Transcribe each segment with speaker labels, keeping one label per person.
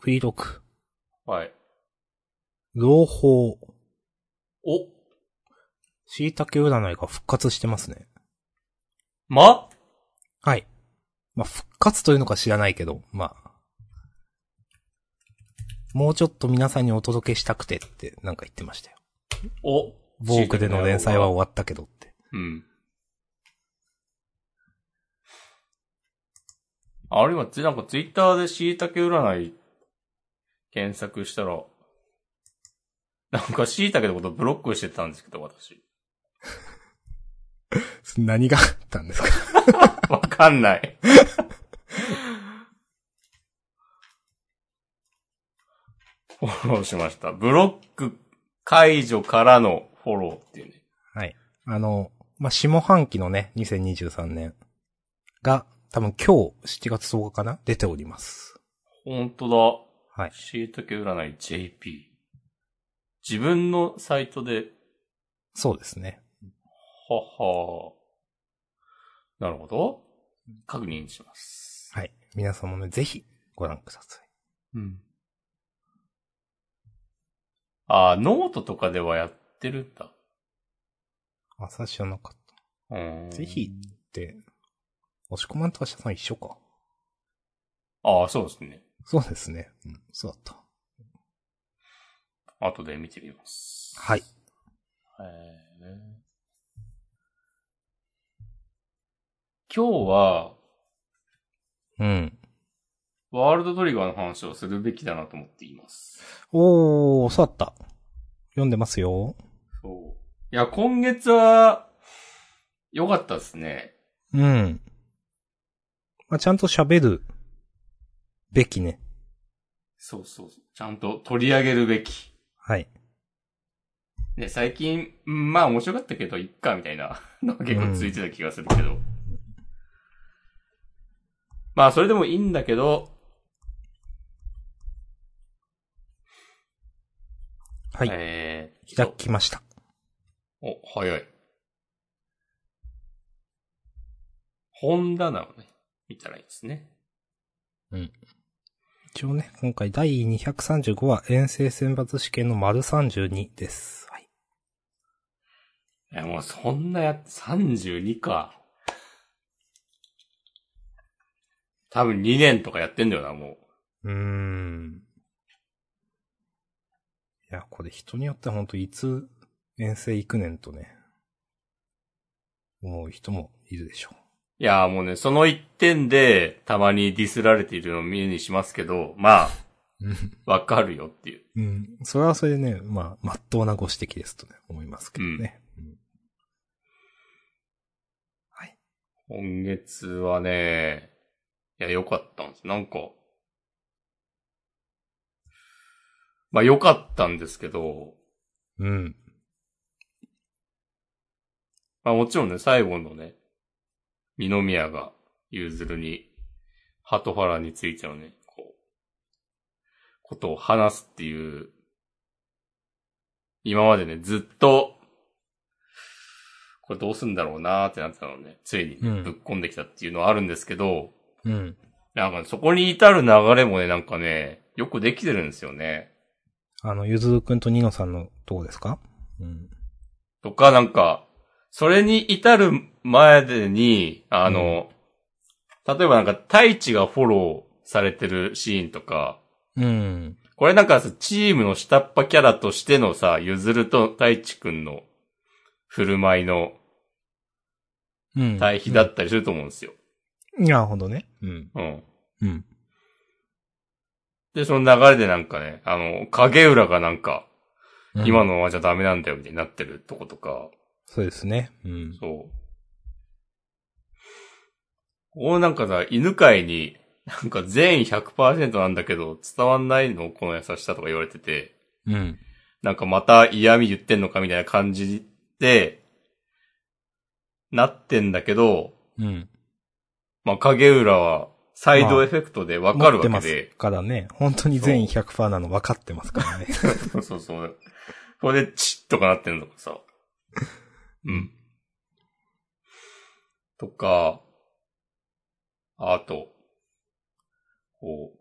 Speaker 1: フリードック、
Speaker 2: はい。
Speaker 1: 朗報、
Speaker 2: お、
Speaker 1: 椎茸占いが復活してますね。
Speaker 2: ま
Speaker 1: はい。まあ、復活というのか知らないけど、まあ。もうちょっと皆さんにお届けしたくてってなんか言ってましたよ。
Speaker 2: お。
Speaker 1: ボークでの連載は終わったけどって。
Speaker 2: うん。あれ今、つなんかツイッターで椎茸占い検索したら、なんか椎茸のことブロックしてたんですけど、私。
Speaker 1: 何があったんですか
Speaker 2: わかんない。 フォローしました。ブロック解除からのフォローっていうね。
Speaker 1: はい。あの、まあ、下半期のね、2023年が多分今日7月10日かな出ております。
Speaker 2: ほんと
Speaker 1: は
Speaker 2: だ。
Speaker 1: い。
Speaker 2: 椎茸占い JP。自分のサイトで
Speaker 1: そうですね。
Speaker 2: ははなるほど。確認します。
Speaker 1: はい。皆様もね、ぜひご覧ください。
Speaker 2: うん。あーノートとかではやってるんだ。
Speaker 1: 朝知らなかっ
Speaker 2: うん
Speaker 1: た。ぜひ。って、押し込まんとは社さん一緒か。
Speaker 2: ああ、そうですね。
Speaker 1: そうですね。うん、そうだった。
Speaker 2: 後で見てみます。
Speaker 1: はい。
Speaker 2: えー今日は、
Speaker 1: うん。
Speaker 2: ワールドトリガーの話をするべきだなと思っています。
Speaker 1: おー、そうだった。読んでますよ。
Speaker 2: そう。いや、今月は、良かったですね。
Speaker 1: うん。まあ、ちゃんと喋る、べきね。
Speaker 2: そうそうそう。ちゃんと取り上げるべき。
Speaker 1: はい。
Speaker 2: ね、最近、うんまあ面白かったけど、いっか、みたいなのが結構ついてた気がするけど。まあ、それでもいいんだけど、
Speaker 1: はい。
Speaker 2: えー、
Speaker 1: 開きました。
Speaker 2: お、早い。本棚をね、見たらいいですね。
Speaker 1: 一応ね、今回第235話、遠征選抜試験の丸32です。はい。
Speaker 2: いや、もうそんなやつ、32か。多分2年とかやってんだよな、も
Speaker 1: うーん。いや、これ人によってはほんといつ遠征行くねんとね、思う人もいるでしょ
Speaker 2: う。いや、もうね、その一点で、たまにディスられているのを見にしますけど、まあ、
Speaker 1: う。
Speaker 2: わかるよっていう。
Speaker 1: うん。それはそれでね、まあ、まっとうなご指摘ですとね、思いますけどね。うん
Speaker 2: 今月はね、いや、良かったんです。なんか、まあ良かったんですけど、
Speaker 1: うん。
Speaker 2: まあもちろんね、最後のね、二宮が、ゆうずるに、鳩原についてのね、こう、ことを話すっていう、今までね、ずっと、これどうすんだろうなーってなってたのをね、ついにね、
Speaker 1: うん
Speaker 2: ぶっ込んできたっていうのはあるんですけど、
Speaker 1: うん。
Speaker 2: なんかそこに至る流れもね、なんかね、よくできてるんですよね。
Speaker 1: あの、ゆずるくんとニノさんのとこですかうん。
Speaker 2: とか、なんか、それに至る前でに、あの、例えばなんか、太一がフォローされてるシーンとか、
Speaker 1: うん。
Speaker 2: これなんかさ、チームの下っ端キャラとしてのさ、ゆずると太一くんの振る舞いの
Speaker 1: うん。
Speaker 2: 対比だったりすると思うんですよ。
Speaker 1: うん。なるほどね。うん。
Speaker 2: うん。
Speaker 1: うん。
Speaker 2: で、その流れでなんかね、あの、影浦がなんか、今
Speaker 1: の。
Speaker 2: のままじゃダメなんだよ、みたいになってるとことか、
Speaker 1: そうですね。うん。
Speaker 2: そう。こうなんかさ、犬飼に、なんか全員100%なんだけど、伝わんないのこの優しさとか言われてて、
Speaker 1: うん。
Speaker 2: なんかまた嫌味言ってんのかみたいな感じで、なってんだけど、
Speaker 1: うん。
Speaker 2: まあ、影浦は、サイドエフェクトでわかる
Speaker 1: 持って
Speaker 2: わ
Speaker 1: ま、
Speaker 2: けです
Speaker 1: からね。本当に全員100%なの分かってます からね。
Speaker 2: そうそうそう。これでチッとかなってんのとかさ。うん。とか、あと、こう、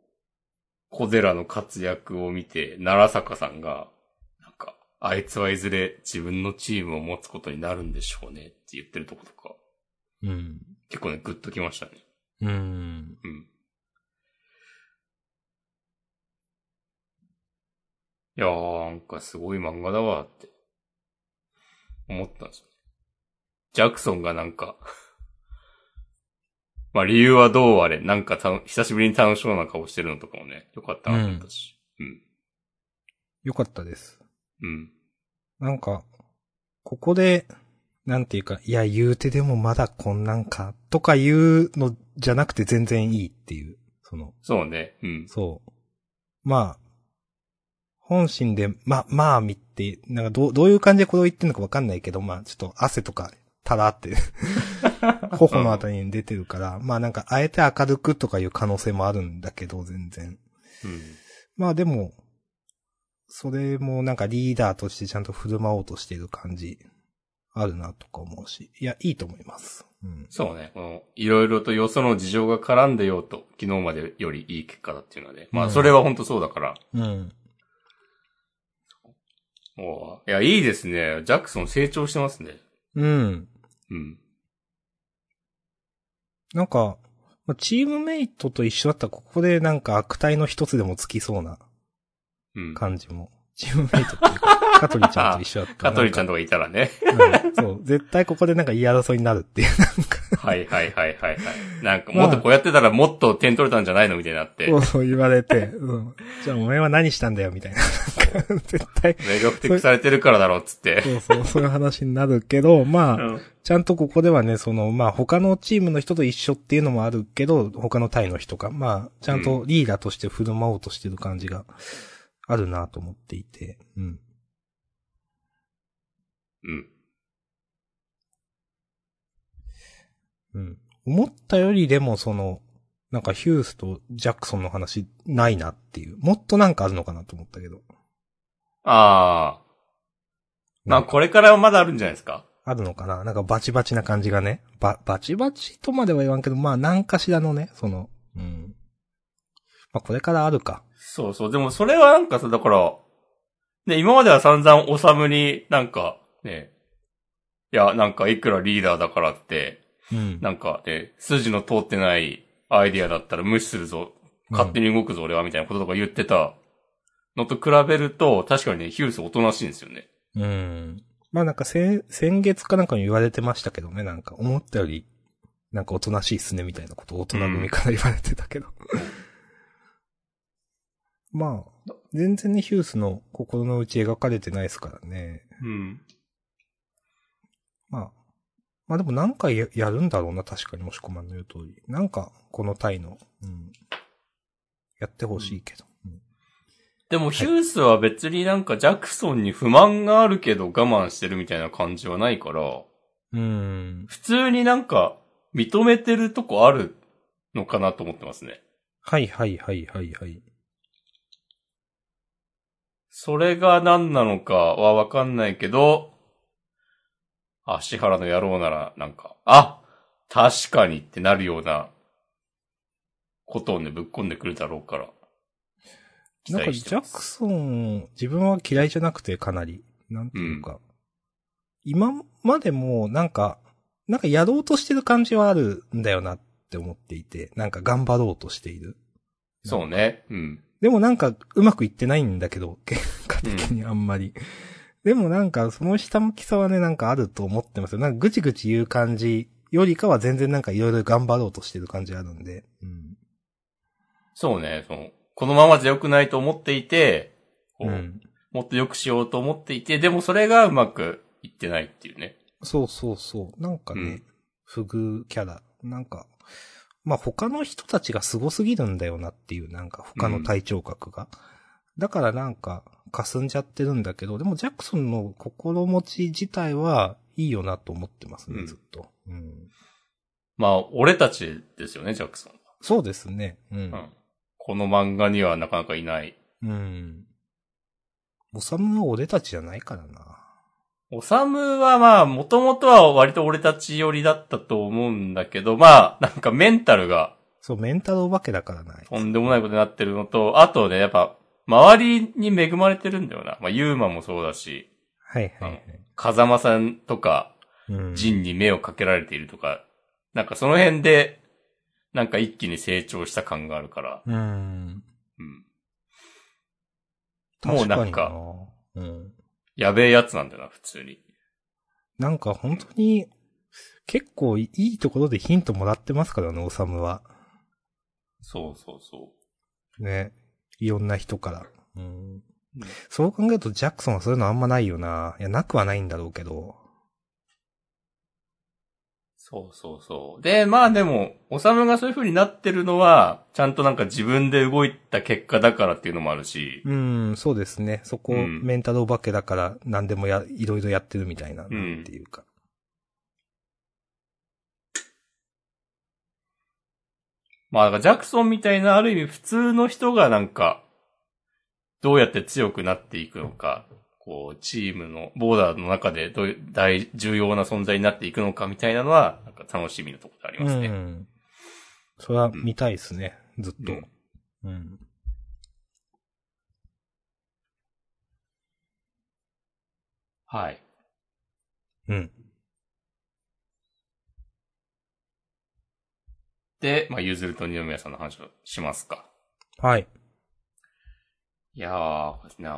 Speaker 2: 小寺の活躍を見て、奈良坂さんが、なんか、あいつはいずれ自分のチームを持つことになるんでしょうねって言ってるとことか、
Speaker 1: うん。
Speaker 2: 結構ね、グッときましたね。
Speaker 1: うん。
Speaker 2: うん。いやー、なんかすごい漫画だわって、思ったんですよね。ジャクソンがなんか、まあ理由はどうあれ、なんかたの久しぶりに楽しそうな顔してるのとかもね、よかったなと思ったし。うん。
Speaker 1: よかったです。
Speaker 2: うん。
Speaker 1: なんか、ここで、なんていうか、いや、言うてでもまだこんなんか、とか言うのじゃなくて全然いいっていう、その、
Speaker 2: そうね。うん。
Speaker 1: そう。まあ、本心で、ま、まあ見て、なんかどう、どういう感じでこれを言ってんのかわかんないけど、まあ、ちょっと汗とか、たらって、 頬のあたりに出てるから、まあなんか、あえて明るくとかいう可能性もあるんだけど、全然。
Speaker 2: うん。
Speaker 1: まあでも、それもなんかリーダーとしてちゃんと振る舞おうとしている感じ、あるなとか思うし。いや、いいと思います。うん。
Speaker 2: そうね。この、いろいろとよその事情が絡んでようと、昨日までよりいい結果だっていうので。
Speaker 1: う
Speaker 2: まあ、
Speaker 1: ん
Speaker 2: それは本当そうだから。
Speaker 1: うん。
Speaker 2: おーいや、いいですね。ジャクソン成長してますね。
Speaker 1: うん。
Speaker 2: うん。
Speaker 1: なんか、まあチームメイトと一緒だったらここでなんか悪態の一つでもつきそうな
Speaker 2: うん。
Speaker 1: 感じも。チームメイトっていうか、カトリちゃんと一緒だった
Speaker 2: カ
Speaker 1: ら。
Speaker 2: トリちゃん
Speaker 1: と。
Speaker 2: とかいたらね。
Speaker 1: うんそう。絶対ここでなんか言い争いになるっていう。
Speaker 2: はいはいはいはいはい。なんか、
Speaker 1: まあ
Speaker 2: もっとこうやってたらもっと点取れたんじゃないのみたいになって。
Speaker 1: そ
Speaker 2: め
Speaker 1: うそう言われ て。うん。じゃあお前は何したんだよ、みたいな。なんか絶対。
Speaker 2: 力的されてるからだろうっつって。
Speaker 1: そうそう、そういう話になるけど、まあ、
Speaker 2: うん。
Speaker 1: ちゃんとここではね、その、まあ、他のチームの人と一緒っていうのもあるけど、他のタイの人が、まあ、ちゃんとリーダーとして振る舞おうとしてる感じがあるなと思っていて、うん。
Speaker 2: うん。
Speaker 1: うん。思ったよりでも、その、なんかヒュースとジャクソンの話ないなっていう、もっとなんかあるのかなと思ったけど。
Speaker 2: ああ。まあ、これからはまだあるんじゃないですか
Speaker 1: あるのかななんかバチバチな感じがね。ば、バチバチとまでは言わんけど、まあ、何かしらのね、その、うん。まあ、これからあるか。
Speaker 2: そうそう。でもそれはなんかさ、だから、ね、今までは散々おさむになんか、ね、いや、なんかいくらリーダーだからって、
Speaker 1: うん。
Speaker 2: なんかね、筋の通ってないアイディアだったら無視するぞ。勝手に動くぞ、俺は、みたいなこととか言ってたのと比べると、確かにね、ヒュースおとなしいんですよね。
Speaker 1: うん。まあなんか先、先月かなんかに言われてましたけどね、なんか思ったより、なんかおとなしいっすねみたいなことを大人組から言われてたけど。 まあ、全然ね、ヒュースの心の内描かれてないですからね。
Speaker 2: うん。
Speaker 1: まあ、まあでも何回ややるんだろうな、確かにもしこまんの言う通り。なんか、このタイの、うん。やってほしいけど。うん
Speaker 2: でも、ヒュースは別になんかジャクソンに不満があるけど我慢してるみたいな感じはないから、
Speaker 1: うん。
Speaker 2: 普通になんか認めてるとこあるのかなと思ってますね。
Speaker 1: はいはいはいはいはい。
Speaker 2: それが何なのかはわかんないけど、足原の野郎なら、なんか、あ確かにってなるような、ことをね、ぶっ込んでくるだろうから。期
Speaker 1: なんか
Speaker 2: 待
Speaker 1: ジ
Speaker 2: して
Speaker 1: ャ
Speaker 2: ま
Speaker 1: ク
Speaker 2: す。
Speaker 1: ソン、自分は嫌いじゃなくてかなり、なんていうか、今までもなんか、なんかやろうとしてる感じはあるんだよなって思っていて、なんか頑張ろうとしている。
Speaker 2: そうね。うん。
Speaker 1: でもなんかうまくいってないんだけど、 結果的にあんまり。でもなんかその下向きさはね、なんかあると思ってますよ。なんかぐちぐち言う感じよりかは全然なんかいろいろ頑張ろうとしてる感じあるんで。うん。
Speaker 2: そうね。その、このままじゃ良くないと思っていて、こう
Speaker 1: うん。
Speaker 2: もっと良くしようと思っていて、でもそれがうまくいってないっていうね。
Speaker 1: そうそうそう。なんかね、
Speaker 2: うん
Speaker 1: 不遇キャラ。なんか、まあ他の人たちが凄すぎるんだよなっていう、なんか他の体調格が。だからなんか、霞んじゃってるんだけど、でもジャクソンの心持ち自体はいいよなと思ってます
Speaker 2: う
Speaker 1: ね、
Speaker 2: ん
Speaker 1: ずっと。うん
Speaker 2: まあ、俺たちですよね、ジャクソンは。
Speaker 1: そうですね。う。
Speaker 2: うんん。この漫画にはなかなかいない。
Speaker 1: うん。おさむは俺たちじゃないからな。
Speaker 2: おさむはまあ、もともとは割と俺たち寄りだったと思うんだけど、まあ、なんかメンタルが
Speaker 1: そう、メンタルお化けだからな。あいつ
Speaker 2: とんでもないことになってるのと、あとね、やっぱ、周りに恵まれてるんだよな。まあ、ユーマもそうだし、
Speaker 1: はいはいはい。
Speaker 2: 風間さんとか、
Speaker 1: うん。
Speaker 2: 人に目をかけられているとか、なんかその辺で、なんか一気に成長した感があるから、
Speaker 1: うん。
Speaker 2: うん。もうなん
Speaker 1: 確か
Speaker 2: か、
Speaker 1: にな。うん。
Speaker 2: やべえやつなんだよな、普通に。
Speaker 1: なんか本当に、結構いいところでヒントもらってますからね、オサムは。
Speaker 2: そうそうそ
Speaker 1: ね。いろんな人から。うん
Speaker 2: うん。
Speaker 1: そう考えるとジャクソンはそういうのあんまないよな。いや、なくはないんだろうけど。
Speaker 2: う。そうそうそう。で、まあでも、おさむがそういう風になってるのは、ちゃんとなんか自分で動いた結果だからっていうのもあるし、
Speaker 1: うん、そうですね。そこ、
Speaker 2: うん
Speaker 1: メンタルお化けだから何でもや、いろいろやってるみたいな、
Speaker 2: うん
Speaker 1: なんていうか。
Speaker 2: まあだからジャクソンみたいなある意味普通の人がなんか、どうやって強くなっていくのか、こう、チームの、ボーダーの中でどういう大、重要な存在になっていくのかみたいなのは、なんか楽しみなところであり
Speaker 1: う
Speaker 2: ますね。
Speaker 1: ん。それは見たいですね、ずっと。
Speaker 2: うん
Speaker 1: うん。
Speaker 2: はい。
Speaker 1: うん。
Speaker 2: で、まあ、ゆずると二宮さんの話をしますか。
Speaker 1: はい。
Speaker 2: いやー、これな、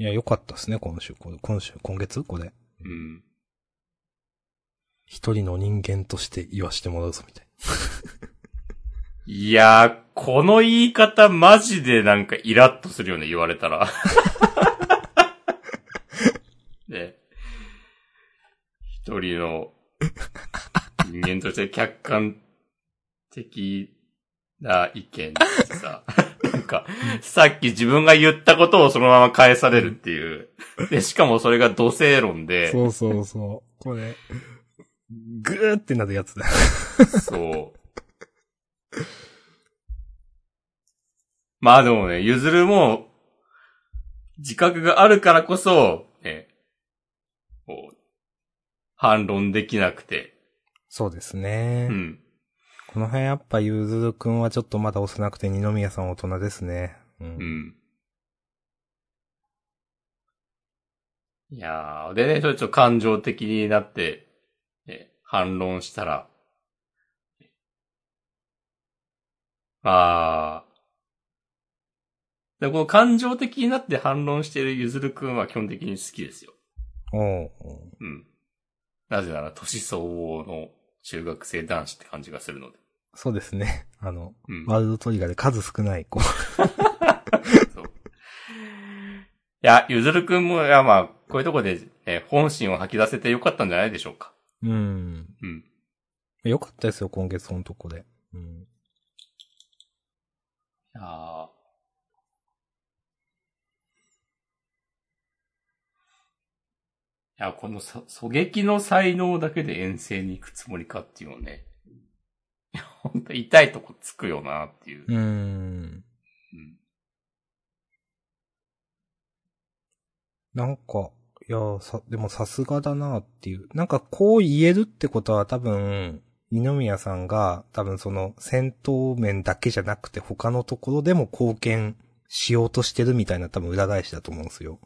Speaker 1: いや、良かったですね、今週。これ今週、今月これ。
Speaker 2: うん。
Speaker 1: 一人の人間として言わしてもらうぞ、みたい
Speaker 2: いやー、この言い方マジでなんかイラッとするよね、言われたら。ね。一人の人間として客観的な意見でさ、なんか、さっき自分が言ったことをそのまま返されるっていう。で、しかもそれが土星論
Speaker 1: な。
Speaker 2: で、
Speaker 1: うそうそう。これ、ぐーってなるやつだ。
Speaker 2: そう。 まあでもね、ゆずるも、自覚があるからこそ、ね、こう、反論できなくて、
Speaker 1: そうですね。
Speaker 2: うん。
Speaker 1: この辺やっぱゆずるくんはちょっとまだ幼くて二宮さんは大人ですね。う。
Speaker 2: うんん。いやー、でね、ちょっと感情的になって、ね、反論したら、あー。で、この感情的になって反論しているゆずるくんは基本的に好きですよ。
Speaker 1: おうおう
Speaker 2: うん。なぜなら、年相応の中学生男子って感じがするので。
Speaker 1: そうですね。 あの、
Speaker 2: うん。
Speaker 1: ワールドトリガーで数少ない子。
Speaker 2: そう。いや、ゆずるくんも、いやまあ、こういうとこで、えー本心を吐き出せてよかったんじゃないでしょうか。
Speaker 1: うん。
Speaker 2: うん。
Speaker 1: よかったですよ、今月ほんとこれ。うん。
Speaker 2: あいや、このさ、狙撃の才能だけで遠征に行くつもりかっていうのね。いや、ほんと痛いとこつくよなっていう。
Speaker 1: うん。
Speaker 2: うん
Speaker 1: なんか、いやー、さ、でもさすがだなっていう。なんかこう言えるってことは多分、二宮さんが多分その戦闘面だけじゃなくて他のところでも貢献しようとしてるみたいな多分裏返しだと思うんですよ。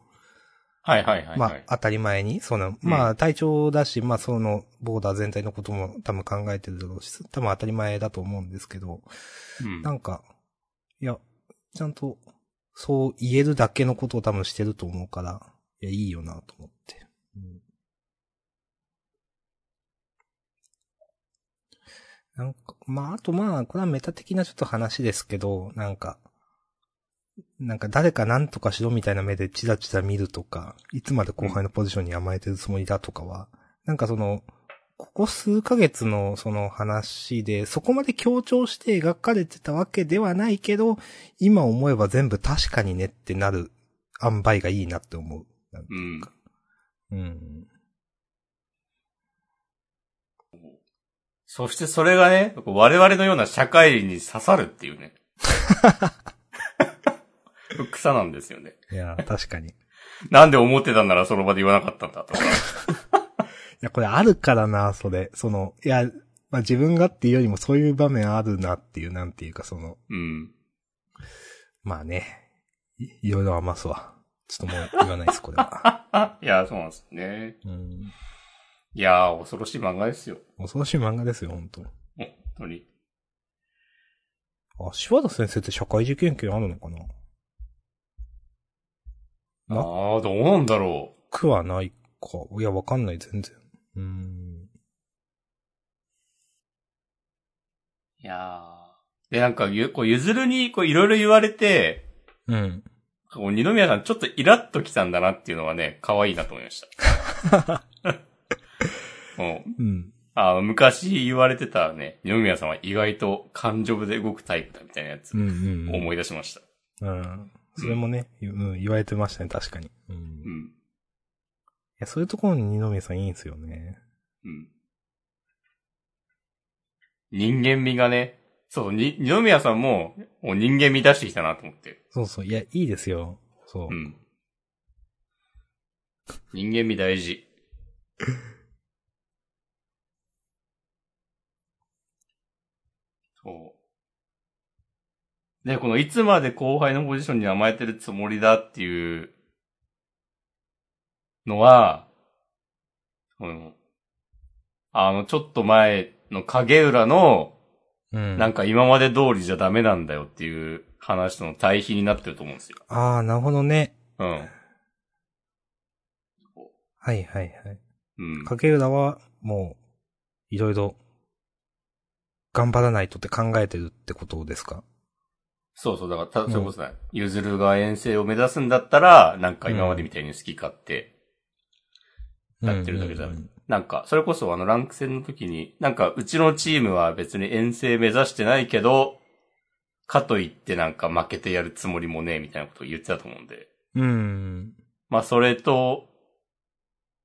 Speaker 2: はいはいはい、はい。
Speaker 1: まあ、当たり前に、その、まあ、体調だし、まあ、その、ボーダー全体のことも多分考えてるだろうし、多分当たり前だと思うんですけど、
Speaker 2: うん
Speaker 1: なんか、いや、ちゃんと、そう言えるだけのことを多分してると思うから、いや、いいよなと思って。うんなんか、まあ、あとまあ、これはメタ的なちょっと話ですけど、なんか、なんか誰か何とかしろみたいな目でチラチラ見るとか、いつまで後輩のポジションに甘えてるつもりだとかは、なんかその、ここ数ヶ月のその話で、そこまで強調して描かれてたわけではないけど、今思えば全部確かにねってなる塩梅がいいなって思う。なんていうか。うん。
Speaker 2: そしてそれがね、我々のような社会に刺さるっていうね。 草なんですよね。
Speaker 1: いや、確かに。い
Speaker 2: なんで思ってたんならその場で言わなかったんだとか。
Speaker 1: や、これあるからな、それ。その、いや、まあ自分がっていうよりもそういう場面あるなっていう、なんていうかその、
Speaker 2: うん。
Speaker 1: まあね、いいろいろ余すわ。ちょっともう言わないです、これは。
Speaker 2: いや、そうなんですね。
Speaker 1: うん。
Speaker 2: いやー、恐ろしい漫画ですよ。
Speaker 1: 恐ろしい漫画ですよ、本当
Speaker 2: 本当に。
Speaker 1: あ、柴田先生って社会人経験あるのかな
Speaker 2: あ
Speaker 1: な
Speaker 2: あー、どうなんだろ
Speaker 1: くはないか。いや、わかんない、全然。うーん。
Speaker 2: う。いやー。で、なんか、ゆ、こう、ゆずるに、こう、いろいろ言われて、
Speaker 1: うん。
Speaker 2: こう、二宮さんちょっとイラッときたんだなっていうのはね、可愛いなと思いま した。うん。
Speaker 1: うん。
Speaker 2: あの、昔言われてたね、二宮さんは意外と感情で動くタイプだみたいなやつ
Speaker 1: う
Speaker 2: を
Speaker 1: んうん。うん。
Speaker 2: 思い出しました。
Speaker 1: うん。それもね、うん、言われてましたね、確かに。うん。
Speaker 2: う
Speaker 1: い
Speaker 2: ん。
Speaker 1: や、そういうところに二宮さんいいんですよね。
Speaker 2: うん。人間味がね、そう、に、二宮さんも、もう人間味出してきたなと思って。
Speaker 1: そうそう。いや、いいですよ。そう
Speaker 2: う。ん。人間味大 事。そう。で、このいつまで後輩のポジションに甘えてるつもりだっていうのは、このあの、ちょっと前の影浦の、
Speaker 1: うん。
Speaker 2: なんか今まで通りじゃダメなんだよっていう話との対比になってると思うんですよ。
Speaker 1: ああ、なるほどね。
Speaker 2: うん。
Speaker 1: はいはいはい。
Speaker 2: うん。
Speaker 1: 影浦は、もう、いろいろ、頑張らないとって考えてるってことですか
Speaker 2: そうそう、だから
Speaker 1: う
Speaker 2: た、
Speaker 1: ん
Speaker 2: そういうことだよ。ゆずるが遠征を目指すんだったら、なんか今までみたいに好き勝手、やってるだけじゃ
Speaker 1: うんう
Speaker 2: ない
Speaker 1: んうん。
Speaker 2: なんか、それこそあのランク戦の時に、なんかうちのチームは別に遠征目指してないけど、かといってなんか負けてやるつもりもねえみたいなことを言ってたと思うんで。
Speaker 1: うん。
Speaker 2: まあそれと、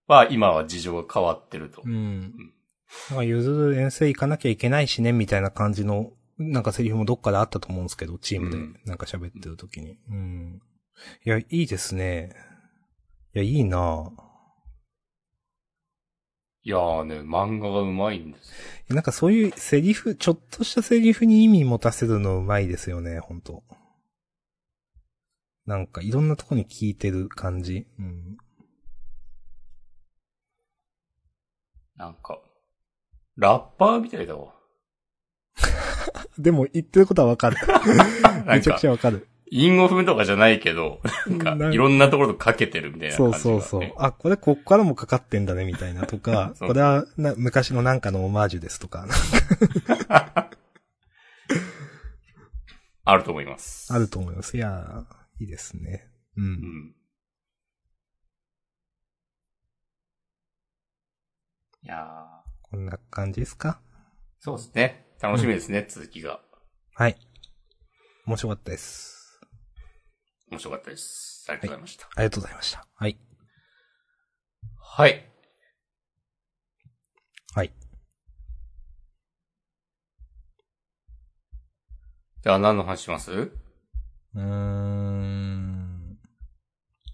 Speaker 2: は今は事情が変わってると
Speaker 1: う。ん。なんか、ゆずる遠征行かなきゃいけないしね、みたいな感じの、なんかセリフもどっかであったと思うんですけど、チームで
Speaker 2: うん、
Speaker 1: なんか喋ってる時に。うん。いや、いいですね。いや、いいない
Speaker 2: やーね、漫画がうまいんですよ。
Speaker 1: ぁなんかそういうセリフ、ちょっとしたセリフに意味持たせるのうまいですよね、ほんと。なんか、いろんなとこに効いてる感じ。うん。
Speaker 2: なんか、ラッパーみたいだわ。
Speaker 1: でも、言ってることはわか る。
Speaker 2: な
Speaker 1: め
Speaker 2: ん
Speaker 1: ちゃ
Speaker 2: か
Speaker 1: くちゃわかる。
Speaker 2: 韻を踏むとかじゃないけど、な
Speaker 1: な
Speaker 2: んか、
Speaker 1: ん
Speaker 2: いろんなところとかけてるみたいな
Speaker 1: そ
Speaker 2: 感
Speaker 1: う
Speaker 2: じが、ね。、
Speaker 1: そうそう。あ、これこっからもかかってんだね、みたいなと か
Speaker 2: そう
Speaker 1: これはな昔のなんかのオマージュですとか、
Speaker 2: あると思います。
Speaker 1: あると思います。いやー、いいですね。う。
Speaker 2: うんん。いやー
Speaker 1: こんな感じですか
Speaker 2: そうですね。楽しみですね、続きが。
Speaker 1: はい。面白かったです。
Speaker 2: 面白かったです。ありがとうございました。
Speaker 1: ありがとうございました。はい。
Speaker 2: はい。
Speaker 1: はい。
Speaker 2: じゃあ何の話します
Speaker 1: うーん。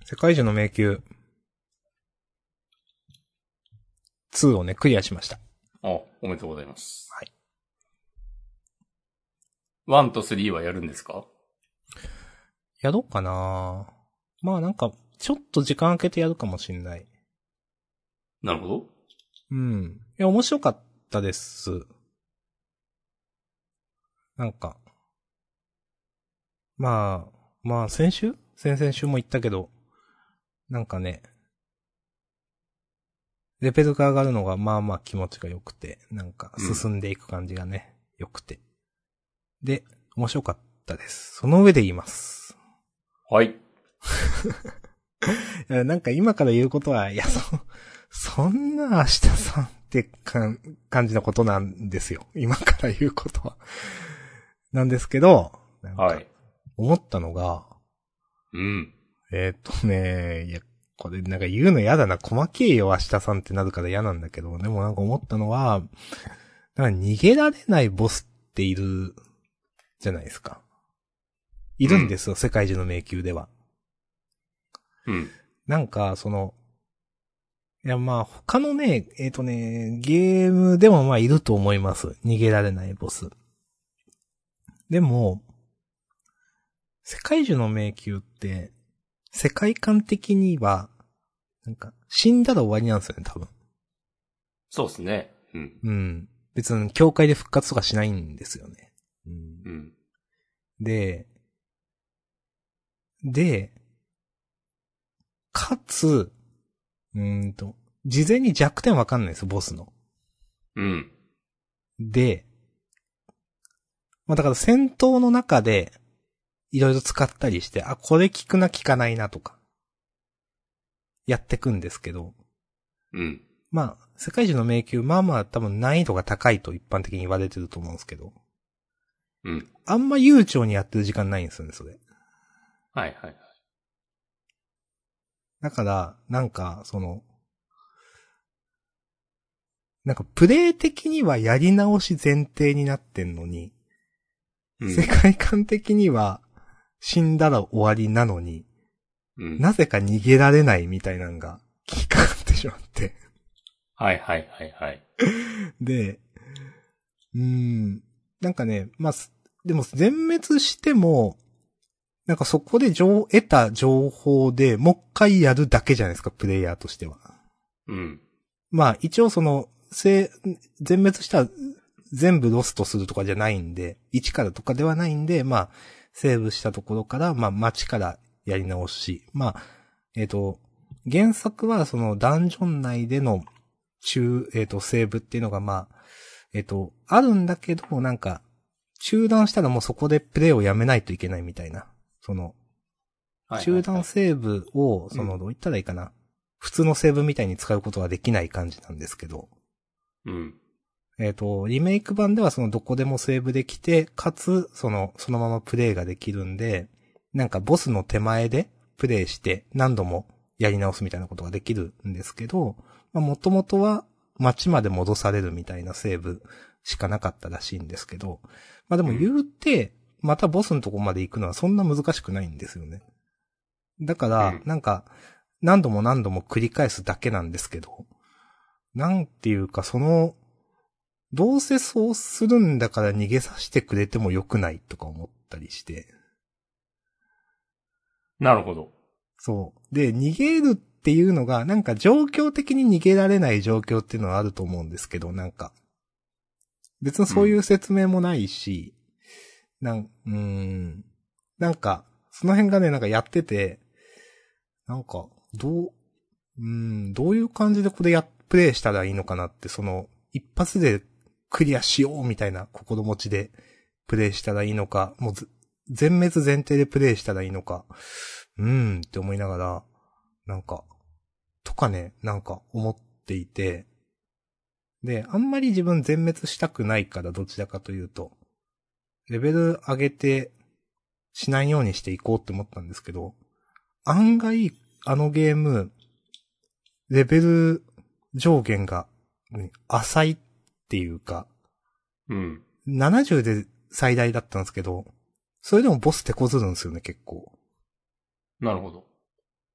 Speaker 1: 世界中の迷宮2をね、クリアしました。
Speaker 2: お、おめでとうございます。
Speaker 1: はい。
Speaker 2: 1と3はやるんですか
Speaker 1: やろうかなまあなんか、ちょっと時間空けてやるかもしんない。
Speaker 2: なるほど。
Speaker 1: うん。いや、面白かったです。なんか。まあ、まあ、先週先々週も言ったけど、なんかね、レベルが上がるのがまあまあ気持ちが良くて、なんか
Speaker 2: うん
Speaker 1: 進んでいく感じがね、良くて。で、面白かったです。その上で言います。
Speaker 2: はい。
Speaker 1: いやなんか今から言うことは、いや、そ、そんな明日さんってかん感じのことなんですよ。今から言うことは。なんですけど、なん
Speaker 2: は
Speaker 1: か
Speaker 2: い。
Speaker 1: 思ったのが、
Speaker 2: うん。
Speaker 1: えーっとね、いや、これなんか言うの嫌だな、細けえよ、明日さんってなるから嫌なんだけど、でもなんか思ったのは、なんか逃げられないボスっている、じゃないですか。いるんですよ、世界中の迷宮では。
Speaker 2: うん。
Speaker 1: なんか、その、いや、まあ、他のね、えっ、とね、ゲームでもまあいると思います。逃げられないボス。でも、世界中の迷宮って、世界観的には、なんか、死んだら終わりなんですよね、多分。
Speaker 2: そうですね。うん。
Speaker 1: うん。別に、教会で復活とかしないんですよね。うん
Speaker 2: うん。
Speaker 1: で、で、かつ、うーんと、事前に弱点わかんないですよ、ボスの。
Speaker 2: うん。
Speaker 1: で、まあだから戦闘の中で、いろいろ使ったりして、あ、これ効くな効かないなとか、やってくんですけど、
Speaker 2: うん。
Speaker 1: まあ、世界中の迷宮、まあまあ多分難易度が高いと一般的に言われてると思うんですけど、
Speaker 2: うん。
Speaker 1: あんま悠長にやってる時間ないんですよね、それ。
Speaker 2: はいはいはい。
Speaker 1: だから、なんか、その、なんかプレイ的にはやり直し前提になってんのに、
Speaker 2: うん
Speaker 1: 世界観的には死んだら終わりなのに、
Speaker 2: うん。
Speaker 1: なぜか逃げられないみたいなのが引っかかってしまって。
Speaker 2: はいはいはいはい。
Speaker 1: で、うーん、なんかね、まあ、すでも全滅しても、なんかそこで情得た情報でもう一回やるだけじゃないですか、プレイヤーとしては。
Speaker 2: うん。
Speaker 1: まあ一応その、せ全滅したら全部ロストするとかじゃないんで、一からとかではないんで、まあ、セーブしたところから、まあ街からやり直し、まあ、えっ、と、原作はそのダンジョン内での中、えっ、と、セーブっていうのがまあ、えっ、と、あるんだけど、なんか、中断したらもうそこでプレイをやめないといけないみたいな、その、
Speaker 2: はいはいはい
Speaker 1: 中断セーブを、その、どう言ったらいいかな。普通のセーブみたいに使うことはできない感じなんですけど。
Speaker 2: うん。
Speaker 1: えっ、と、リメイク版ではそのどこでもセーブできて、かつ、その、そのままプレイができるんで、なんかボスの手前でプレイして何度もやり直すみたいなことができるんですけど、まあ元々は街まで戻されるみたいなセーブしかなかったらしいんですけど、まあでも言うて、またボスのとこまで行くのはそんな難しくないんですよね。だか
Speaker 2: う
Speaker 1: ら
Speaker 2: ん、
Speaker 1: なんか、何度も何度も繰り返すだけなんですけど、なんていうかその、どうせそうするんだから逃げさせてくれてもよくないとか思ったりして。
Speaker 2: なるほど。
Speaker 1: そう。で、逃げるっていうのが、なんか状況的に逃げられない状況っていうのはあると思うんですけど、なんか。別にそういう説明もないし、なん、うーん。なんか、その辺がね、なんかやってて、なんか、どう、うーん、どういう感じでこれや、プレイしたらいいのかなって、その、一発でクリアしようみたいな心持ちでプレイしたらいいのか、もうず全滅前提でプレイしたらいいのか、うーんって思いながら、なんか、とかね、なんか思っていて、で、あんまり自分全滅したくないから、どちらかというと、レベル上げて、しないようにしていこうって思ったんですけど、案外、あのゲーム、レベル上限がね浅いっていうか、
Speaker 2: うん。
Speaker 1: 70で最大だったんですけど、それでもボス手こずるんですよね、結構。
Speaker 2: なるほど。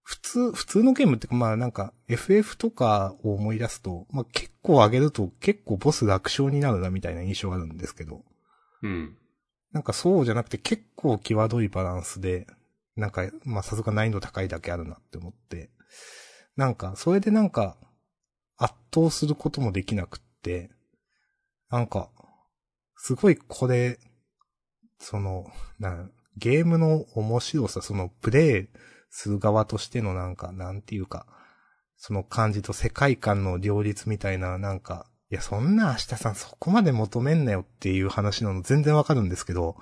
Speaker 1: 普通、普通のゲームってか、まあなんか、FF とかを思い出すと、まあ結構上げると結構ボス楽勝になるなみたいな印象があるんですけど、
Speaker 2: うん。
Speaker 1: なんかそうじゃなくて結構際どいバランスで、なんか、まあさすが難易度高いだけあるなって思って、なんか、それでなんか、圧倒することもできなくって、なんか、すごいこれ、その、なんゲームの面白さ、そのプレイする側としてのなんか、なんていうか、その感じと世界観の両立みたいな、なんか、いや、そんな明日さんそこまで求めんなよっていう話なの全然わかるんですけど、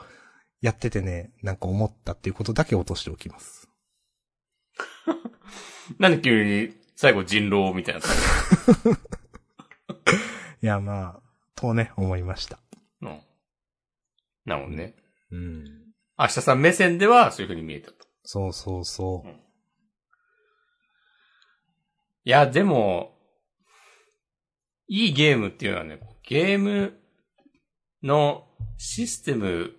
Speaker 1: やっててね、なんか思ったっていうことだけ落としておきます。
Speaker 2: なんで急に最後人狼みたいな。
Speaker 1: いや、まあ、とね、思いました。
Speaker 2: うん。なるほどね。
Speaker 1: うん。
Speaker 2: 明日さん目線ではそういう風に見えたと。
Speaker 1: そうそうそう。
Speaker 2: いや、でも、いいゲームっていうのはね、ゲームのシステム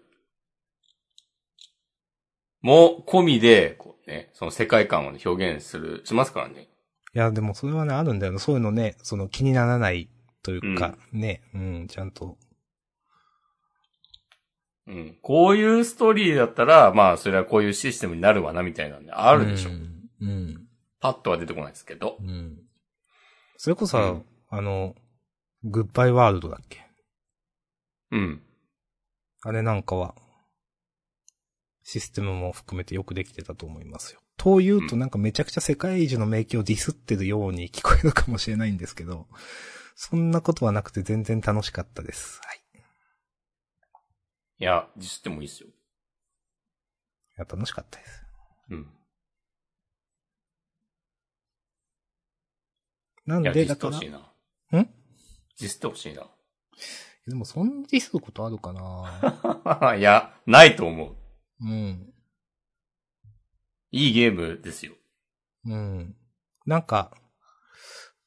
Speaker 2: も込みで、こうね、その世界観をね表現する、しますからね。
Speaker 1: いや、でもそれはね、あるんだよね。そういうのね、その気にならないというか、ね、うん、ちゃんと。
Speaker 2: うん。こういうストーリーだったら、まあ、それはこういうシステムになるわな、みたいなんで、あるでしょ。
Speaker 1: うん。うん。
Speaker 2: パッとは出てこないですけど
Speaker 1: う。ん。それこそ、
Speaker 2: うん
Speaker 1: あの、グッバイワールドだっけ
Speaker 2: うん。
Speaker 1: あれなんかは、システムも含めてよくできてたと思いますよ。というと
Speaker 2: うん
Speaker 1: なんかめちゃくちゃ世界中の名機をディスってるように聞こえるかもしれないんですけど、 そんなことはなくて全然楽しかったです。はい。
Speaker 2: いや、ディスってもいいですよ。
Speaker 1: いや、楽しかったです。
Speaker 2: うん。
Speaker 1: なん
Speaker 2: いや、
Speaker 1: で、
Speaker 2: ディ
Speaker 1: だ
Speaker 2: スって
Speaker 1: か
Speaker 2: ほ
Speaker 1: ら、
Speaker 2: しい
Speaker 1: で
Speaker 2: な。ん
Speaker 1: ら
Speaker 2: ディスってほしい
Speaker 1: もそんなディスることあるか な
Speaker 2: な。いや、ないと思う。
Speaker 1: うん。
Speaker 2: いいゲームですよ。
Speaker 1: うん。なんか、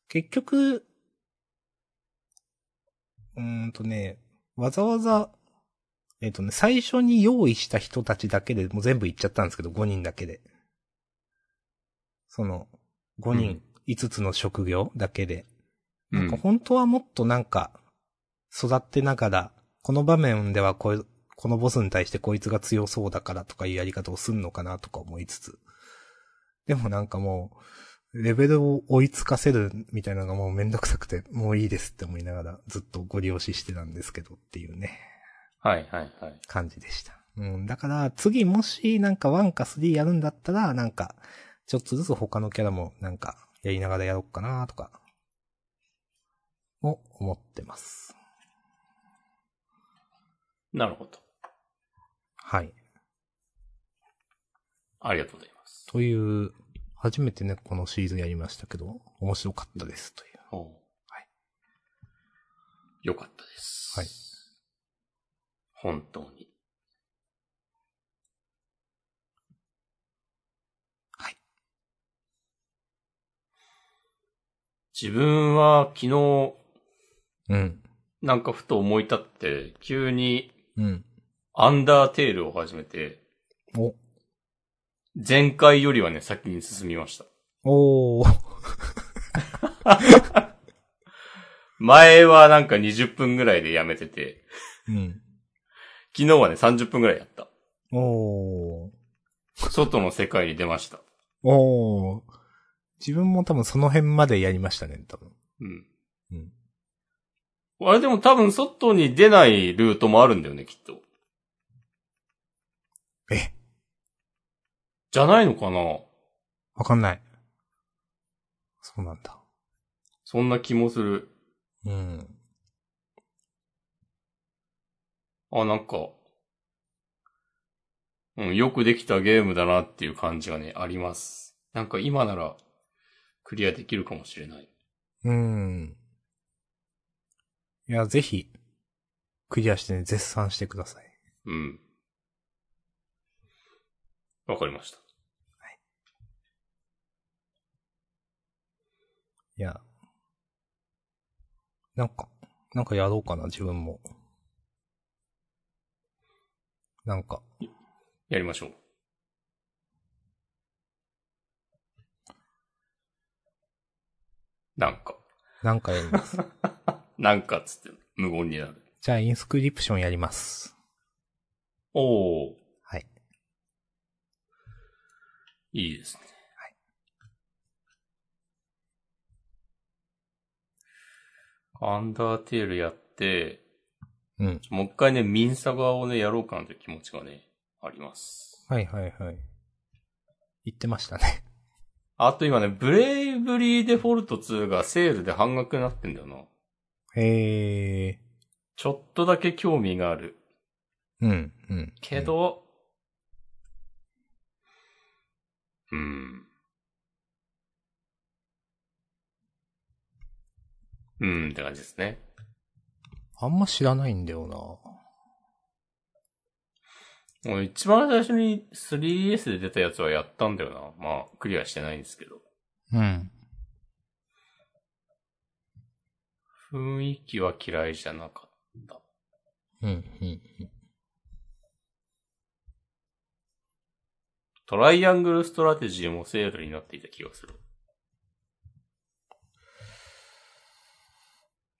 Speaker 1: 結局、うーんとね、わざわざ、えっ、とね、最初に用意した人たちだけでもう全部行っちゃったんですけど、5人だけで。その、5
Speaker 2: う
Speaker 1: 人
Speaker 2: ん、
Speaker 1: 5つの職業だけで。
Speaker 2: う
Speaker 1: なんか
Speaker 2: ん。
Speaker 1: 本当はもっとなんか、育ってながら、この場面ではこうこのボスに対してこいつが強そうだからとかいうやり方をすんのかなとか思いつつ。でもなんかもう、レベルを追いつかせるみたいなのがもうめんどくさくて、もういいですって思いながらずっとご利用ししてたんですけどっていうね、
Speaker 2: はいはいはい。
Speaker 1: 感じでした。うん、だから次もしなんか1か3やるんだったら、なんか、ちょっとずつ他のキャラもなんかやりながらやろうかなとか、も思ってます。
Speaker 2: なるほど。
Speaker 1: はい。
Speaker 2: ありがとうございます。
Speaker 1: という、初めてね、このシリーズンやりましたけど、面白かったですという。
Speaker 2: お
Speaker 1: はい
Speaker 2: よかったです。
Speaker 1: はい。
Speaker 2: 本当に。
Speaker 1: はい。
Speaker 2: 自分は昨日、
Speaker 1: うん。
Speaker 2: なんかふと思い立って、急に
Speaker 1: うん。
Speaker 2: アンダーテールを始めて、
Speaker 1: お、
Speaker 2: 前回よりはね、先に進みました。
Speaker 1: おー、
Speaker 2: 前はなんか20分ぐらいでやめてて、
Speaker 1: うん。
Speaker 2: 昨日はね、30分ぐらいやった。
Speaker 1: おー、
Speaker 2: 外の世界に出ました。
Speaker 1: おー。自分も多分その辺までやりましたね、多分。
Speaker 2: うん。
Speaker 1: うん。
Speaker 2: あれでも多分外に出ないルートもあるんだよね、きっと。
Speaker 1: え、
Speaker 2: じゃないのかな
Speaker 1: わかんない。そうなんだ。
Speaker 2: そんな気もする。
Speaker 1: うん。
Speaker 2: あ、なんか、うん、よくできたゲームだなっていう感じがね、あります。なんか今なら、クリアできるかもしれない。
Speaker 1: うん。いや、ぜひ、クリアしてね、絶賛してください。
Speaker 2: うん。わかりました。
Speaker 1: いや。なんか、なんかやろうかな、自分も。なんか、
Speaker 2: やりましょう。なんか、
Speaker 1: なんかやり ます。
Speaker 2: なんかっつって無言になる。
Speaker 1: じゃあ、インスクリプションやります。
Speaker 2: おー。
Speaker 1: はい。
Speaker 2: いいですね。はい。アンダーテールやって、
Speaker 1: うん。
Speaker 2: もう一回ね、ミンサガをね、やろうかなという気持ちがね、あります。
Speaker 1: はいはいはい。言ってましたね。
Speaker 2: あと今ね、ブレイブリーデフォルト2がセールで半額になってんだよな。
Speaker 1: へえ。
Speaker 2: ちょっとだけ興味がある。
Speaker 1: うん、うん。
Speaker 2: けど、うん。うん、って感じです
Speaker 1: う
Speaker 2: ね。
Speaker 1: ん、あんま知らないんだよ
Speaker 2: もう一番最初に 3DS で出たやつはやったんだよな。まあ、クリアしてないんですけど。
Speaker 1: な。うん。
Speaker 2: 雰囲気は嫌いじゃなかった。
Speaker 1: うん、うん。
Speaker 2: トライアングルストラテジーもセールになっていた気がする。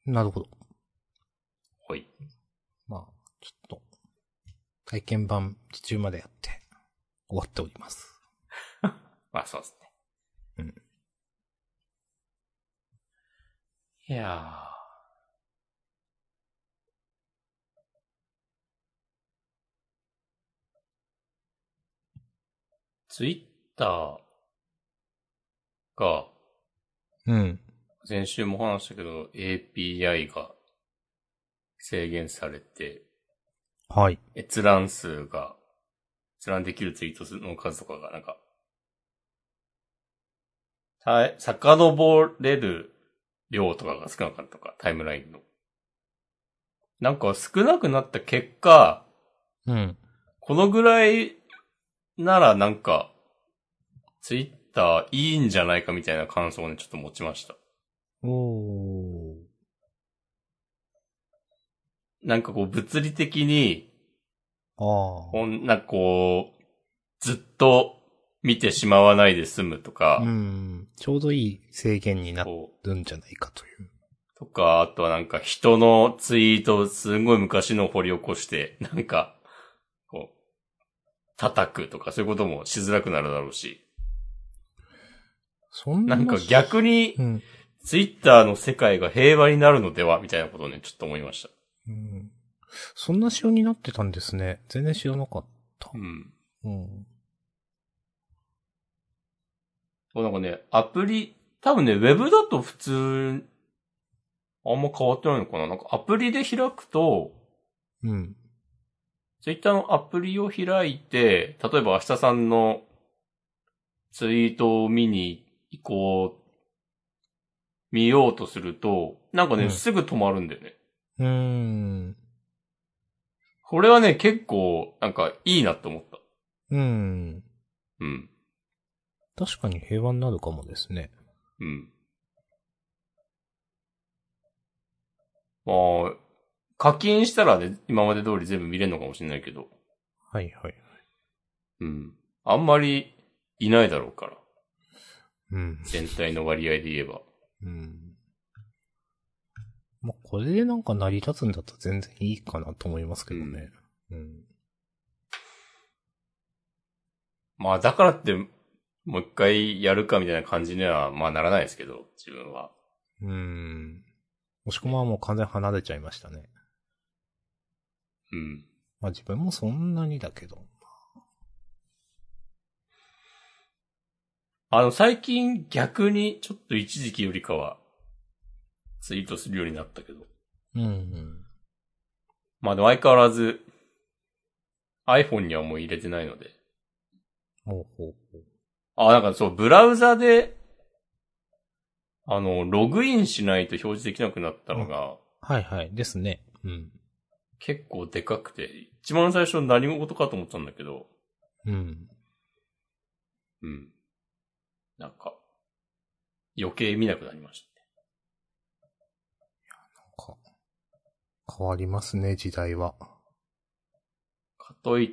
Speaker 1: なるほど。
Speaker 2: ほい。
Speaker 1: まあ、ちょっと、体験版途中までやって、終わっております。
Speaker 2: まあそうですね。
Speaker 1: うん。
Speaker 2: いやー。ツイッターが、
Speaker 1: うん。
Speaker 2: 先週も話したけど、API が制限されて、
Speaker 1: はい。
Speaker 2: 閲覧数が、閲覧できるツイート数の数とかが、なんか、た遡れる量とかが少なかったとか、タイムラインの。なんか少なくなった結果、
Speaker 1: うん。
Speaker 2: このぐらいならなんか、ツイッターいいんじゃないかみたいな感想をね、ちょっと持ちました。
Speaker 1: おー。
Speaker 2: なんかこう物理的に、
Speaker 1: あ
Speaker 2: こんなこう、ずっと見てしまわないで済むとか、
Speaker 1: あ。うん。ちょうどいい制限にな
Speaker 2: こう
Speaker 1: るんじゃないかという。
Speaker 2: とか、あとはなんか人のツイートをすんごい昔のを掘り起こして、 なんか、こう、叩くとかそういうこともしづらくなるだろうし、
Speaker 1: そん
Speaker 2: な
Speaker 1: なん
Speaker 2: か逆に
Speaker 1: うん。
Speaker 2: ツイッターの世界が平和になるのではみたいなことをね、ちょっと思いまし
Speaker 1: うん。そんな仕様になってたんですね。全然知らなかった
Speaker 2: た。う。ん。
Speaker 1: うん。
Speaker 2: こうなんかね、アプリ、多分ね、ウェブだと普通、あんま変わってないのかななんかアプリで開くと、
Speaker 1: うん。
Speaker 2: ツイッターのアプリを開いて、例えば明日さんのツイートを見に行こう、見ようとすると、なんかね、
Speaker 1: うん
Speaker 2: すぐ止まるんだよね。
Speaker 1: うーん。
Speaker 2: これはね、結構、なんかいいなと思った。
Speaker 1: うん。
Speaker 2: うん。
Speaker 1: 確かに平和になるかもですね。
Speaker 2: うん。まあ、課金したらね、今まで通り全部見れるのかもしれないけど、
Speaker 1: はいはい。
Speaker 2: うん。あんまりいないだろうから、
Speaker 1: うん。
Speaker 2: 全体の割合で言えば。
Speaker 1: うん。まあ、これでなんか成り立つんだったら全然いいかなと思いますけどね。うん。
Speaker 2: まあだからって、もう一回やるかみたいな感じには、まあならないですけど、自分は。
Speaker 1: うん。押し込まはもう完全に離れちゃいましたね。
Speaker 2: うん。
Speaker 1: まあ自分もそんなにだけど。
Speaker 2: あの、最近逆にちょっと一時期よりかは、ツイートするようになったけど。
Speaker 1: うん、うん。
Speaker 2: まあでも相変わらず、iPhone にはもう入れてないので。
Speaker 1: ほうほうほう。
Speaker 2: あ、なんかそう、ブラウザで、あの、ログインしないと表示できなくなったのが、
Speaker 1: はいはい。ですね。うん。
Speaker 2: 結構でかくて、一番最初何事かと思ったんだけど、
Speaker 1: うん。
Speaker 2: うん。なんか、余計見なくなりましたね。
Speaker 1: か変わりますね、時代は。
Speaker 2: かといっ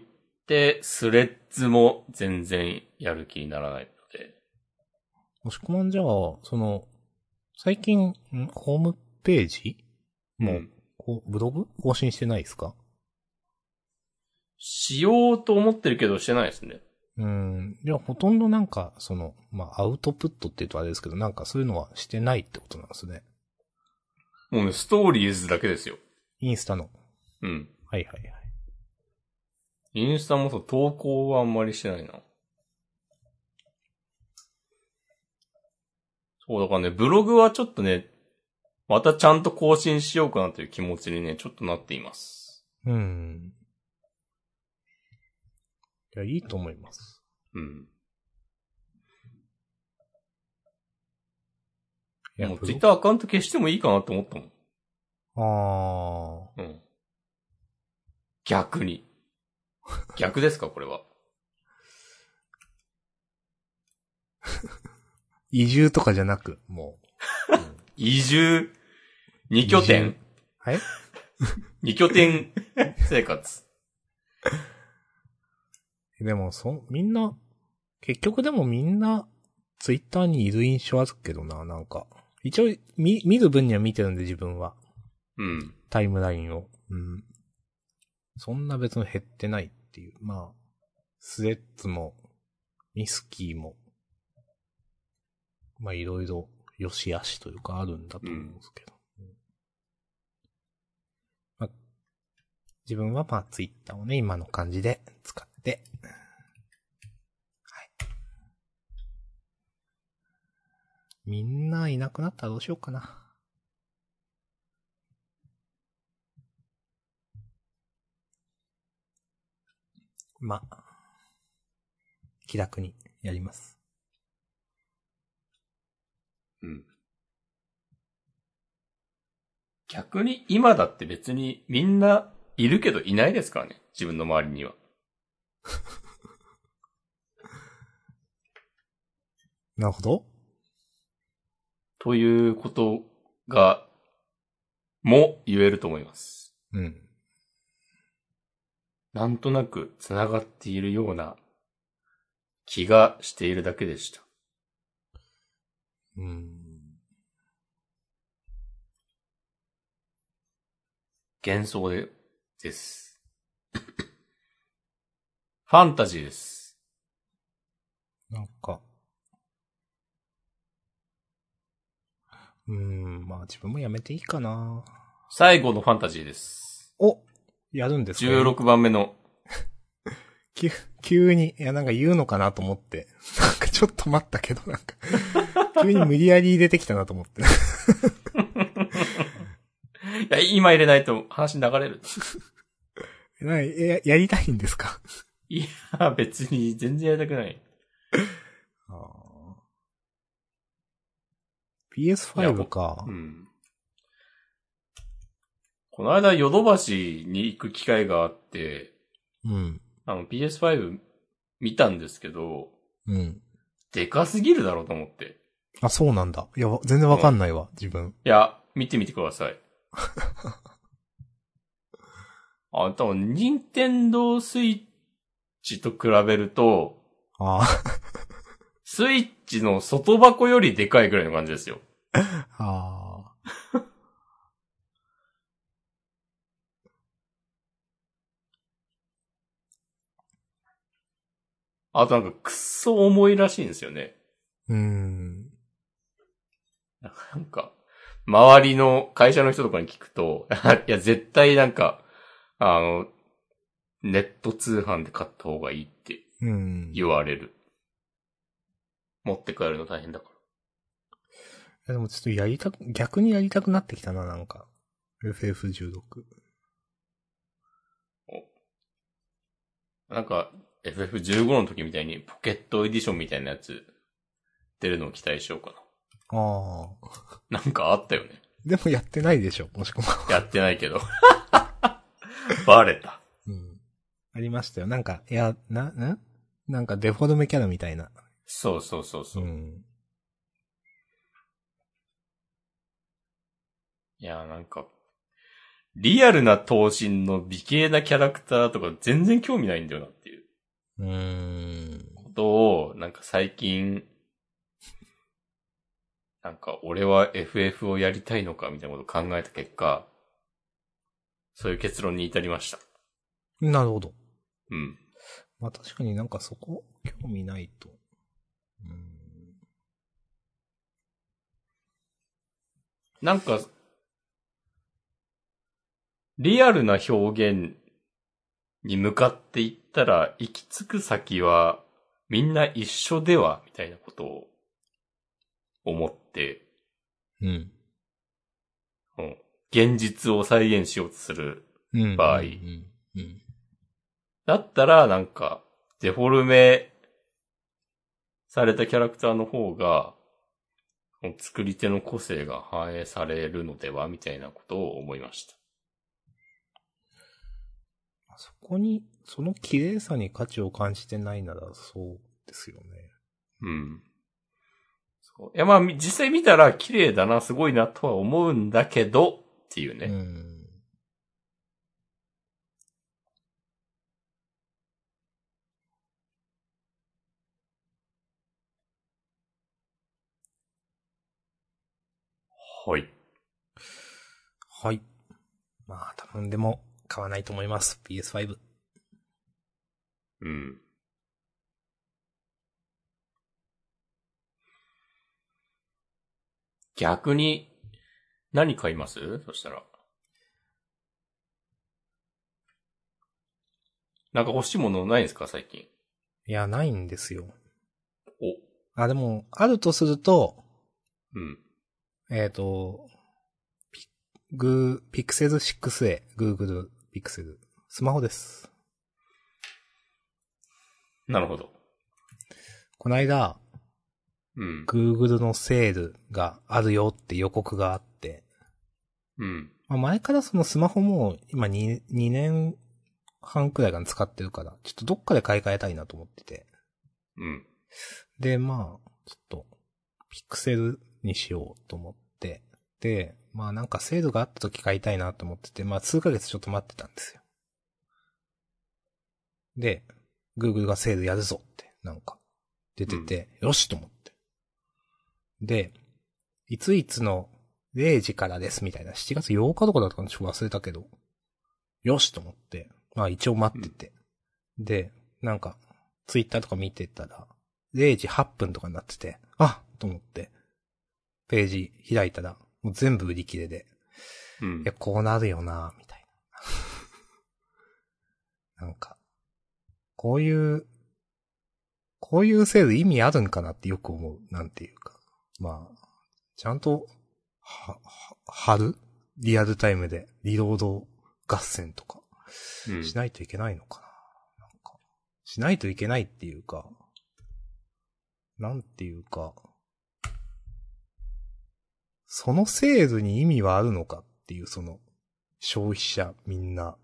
Speaker 2: て、スレッズも全然やる気にならないので。
Speaker 1: 押し込まんじゃあ、その、最近、んホームページもう
Speaker 2: うん
Speaker 1: こう、ブログ更新してないですか
Speaker 2: しようと思ってるけどしてないですね。
Speaker 1: うん。じゃあ、ほとんどなんか、その、まあ、アウトプットって言うとあれですけど、なんかそういうのはしてないってことなんですね。
Speaker 2: もうね、ストーリーズだけですよ。
Speaker 1: インスタの。
Speaker 2: うん。
Speaker 1: はいはいはい。
Speaker 2: インスタもそう、投稿はあんまりしてないな。そう、だからね、ブログはちょっとね、またちゃんと更新しようかなという気持ちにね、ちょっとなっています。
Speaker 1: うん。いや、いいと思います。
Speaker 2: うん。
Speaker 1: いや
Speaker 2: もう
Speaker 1: ブロ
Speaker 2: ツイッターアカウント消してもいいかなと思ったもん。
Speaker 1: あ
Speaker 2: うん。逆に。逆ですか、これは。
Speaker 1: ー。移住とかじゃなく、もう。うん
Speaker 2: 移住、二拠
Speaker 1: 移住
Speaker 2: 点、
Speaker 1: はい
Speaker 2: 二拠点生活。
Speaker 1: でも、そ、みんな、結局でもみんな、ツイッターにいる印象あるけどな、なんか。一応、見、見る分には見てるんで、自分は。
Speaker 2: うん。
Speaker 1: タイムラインを。うん。そんな別に減ってないっていう。まあ、スレッズも、ミスキーも、まあいろいろ、良し悪しというかあるんだと思うんですけど。うんまあ、自分はまあツイッターをね、今の感じで使って、はい。みんないなくなったらどうしようかな。まあ、気楽にやります。
Speaker 2: うん。逆に今だって別にみんないるけどいないですからね。自分の周りには。
Speaker 1: なるほど。
Speaker 2: ということが、も言えると思います。
Speaker 1: うん。
Speaker 2: なんとなく繋がっているような気がしているだけでした。
Speaker 1: うん。
Speaker 2: 幻想で、です。 ファンタジーです。
Speaker 1: なんか。うん、まあ自分もやめていいかな。
Speaker 2: 最後のファンタジーです。
Speaker 1: おやるんですか
Speaker 2: 16番目の、
Speaker 1: 急、急に、いやなんか言うのかなと思って。 なんかちょっと待ったけど、なんか。 急に無理やり入れてきたなと思って。
Speaker 2: いや、今入れないと話流れる。
Speaker 1: なえやりたいんですか
Speaker 2: いや、別に全然やりたくない。
Speaker 1: PS5 か
Speaker 2: う。ん。この間、ヨドバシに行く機会があって、
Speaker 1: うん。
Speaker 2: あの PS5 見たんですけど、
Speaker 1: うん。
Speaker 2: でかすぎるだろうと思って。
Speaker 1: あ、そうなんだ。いや、わ全然わかんないわ、自分。
Speaker 2: いや、見てみてください。あ、多分、任天堂スイッチと比べると、
Speaker 1: あ
Speaker 2: スイッチの外箱よりでかいくらいの感じですよ。
Speaker 1: あ。 ああ。
Speaker 2: あとなんか、くっそ重いらしいんですよね。
Speaker 1: うーん。
Speaker 2: なんか、周りの会社の人とかに聞くと、 いや、絶対なんか、あの、ネット通販で買った方がいいって
Speaker 1: うん。いや
Speaker 2: 言われる。持って帰るの大変だか
Speaker 1: でもちょっとやりたく、逆にやりたくなってきたな、なんか。FF16。
Speaker 2: ら。なんか、FF15 の時みたいにポケットエディションみたいなやつ出るのを期待しようか
Speaker 1: ああ。
Speaker 2: な。なんかあったよね。
Speaker 1: でもやってないでしょ、もしくは。
Speaker 2: やってないけど。 バレた。
Speaker 1: うん。ありましたよ。なんか、いや、な、ななんかデフォルメキャラみたいな。
Speaker 2: そうそうそうそう。
Speaker 1: ん。
Speaker 2: いや、なんか、リアルな頭身の美形なキャラクターとか全然興味ないんだよなっていう
Speaker 1: うーん。
Speaker 2: ことを、なんか最近、なんか俺は FF をやりたいのかみたいなことを考えた結果、そういう結論に至りました。
Speaker 1: なるほど。
Speaker 2: うん。
Speaker 1: まあ確かになんかそこ、興味ないと。うん。
Speaker 2: なんか、リアルな表現に向かっていったら、行き着く先は、みんな一緒では、みたいなことを、思って、
Speaker 1: うん。
Speaker 2: うん現実を再現しようとする。
Speaker 1: うん。
Speaker 2: 場合
Speaker 1: うん。うん。
Speaker 2: だったら、なんか、デフォルメされたキャラクターの方が、この作り手の個性が反映されるのでは、みたいなことを思いました。
Speaker 1: そこに、その綺麗さに価値を感じてないならそうですよね。
Speaker 2: うん。そういや、まあ、み実際見たら綺麗だな、すごいなとは思うんだけど、っていうね。
Speaker 1: うん。
Speaker 2: はい。
Speaker 1: はい。まあ、多分でも買わないと思います。PS5。
Speaker 2: うん。逆に、何買いますそしたら。なんか欲しいものないですか最近。
Speaker 1: いや、ないんですよ。
Speaker 2: お。
Speaker 1: あ、でも、あるとすると、
Speaker 2: うん。
Speaker 1: えっ、と、ピ、グー、ピクセル 6A、Google ピクセル。スマホです。
Speaker 2: なるほど。
Speaker 1: こないだ、
Speaker 2: うん。
Speaker 1: Google のセールがあるよって予告があって、
Speaker 2: うん。
Speaker 1: まあ、前からそのスマホも今 2, 2年半くらいから使ってるから、ちょっとどっかで買い替えたいなと思ってて。
Speaker 2: うん。
Speaker 1: で、まあ、ちょっと、ピクセルにしようと思って、で、まあなんかセールがあった時買いたいなと思ってて、まあ数ヶ月ちょっと待ってたんですよ。で、Google がセールやるぞって、なんか、出てて、よしと思って。で、いついつの0時からですみたいな、7月8日とかだったかなちょっと忘れたけど、よしと思って、まあ一応待ってて。で、なんか、ツイッターとか見てたら、0時8分とかになってて、あと思って、ページ開いたら、もう全部売り切れで、
Speaker 2: うん
Speaker 1: いや、。こうなるよなみたいな。 なんか、こういう、こういうセール意味あるんかなってよく思う。なんていうか。まあ、ちゃんと、は、は、貼るリアルタイムで、リロード合戦とか、
Speaker 2: うん
Speaker 1: しないといけないのかな。なんか、しないといけないっていうか、なんていうか、そのセールに意味はあるのかっていう、その、消費者みんな。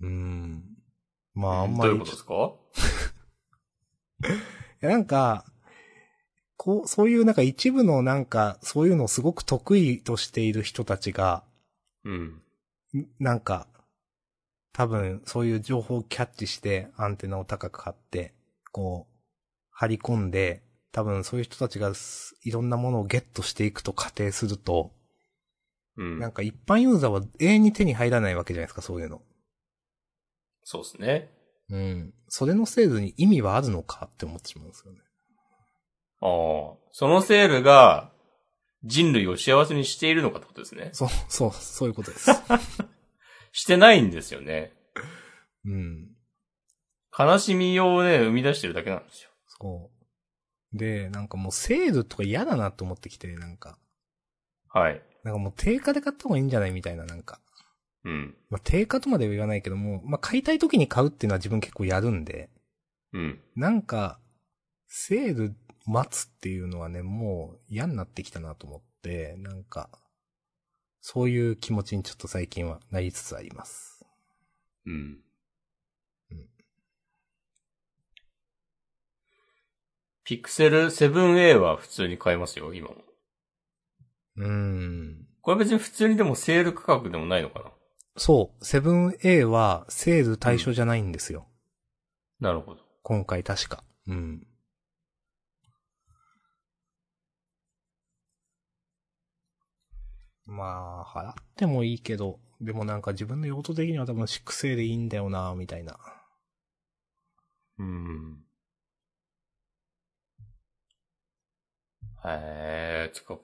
Speaker 1: うーん。まあ、あんま
Speaker 2: どうい
Speaker 1: り
Speaker 2: う
Speaker 1: ちょっ
Speaker 2: こと
Speaker 1: と
Speaker 2: ですか
Speaker 1: いや、なんか、こう、そういうなんか一部のなんか、そういうのをすごく得意としている人たちが、
Speaker 2: うん。
Speaker 1: んなんか、多分そういう情報をキャッチしてアンテナを高く張って、こう、張り込んで、多分そういう人たちがすいろんなものをゲットしていくと仮定すると、
Speaker 2: うん。
Speaker 1: なんか一般ユーザーは永遠に手に入らないわけじゃないですか、そういうの。
Speaker 2: そうですね。
Speaker 1: うん。それのセールに意味はあるのかって思ってしまうんですよね。
Speaker 2: ああ。そのセールが、人類を幸せにしているのかってことですね。
Speaker 1: そう、そう、そういうことです。
Speaker 2: してないんですよね。
Speaker 1: うん。
Speaker 2: 悲しみをね、生み出してるだけなんですよ。
Speaker 1: そう。で、なんかもうセールとか嫌だなと思ってきて、なんか。
Speaker 2: はい。
Speaker 1: なんかもう定価で買った方がいいんじゃないみたいな、なんか。
Speaker 2: うん。
Speaker 1: まあ、定価とまでは言わないけども、まあ、買いたい時に買うっていうのは自分結構やるんで、
Speaker 2: うん。
Speaker 1: なんか、セール待つっていうのはね、もう嫌になってきたなと思って、なんか、そういう気持ちにちょっと最近はなりつつあります。
Speaker 2: うん
Speaker 1: うん。
Speaker 2: ピクセル 7A は普通に買えますよ、今も。
Speaker 1: うーん。
Speaker 2: これ別に普通にでもセール価格でもないのか
Speaker 1: そう、セブン a はセール対象じゃないんですよ。
Speaker 2: ななるほど。
Speaker 1: 今回確か。うん。まあ、払ってもいいけど、でもなんか自分の用途的には多分 6A でいいんだよな、みたいな。
Speaker 2: うん。へえ、つか、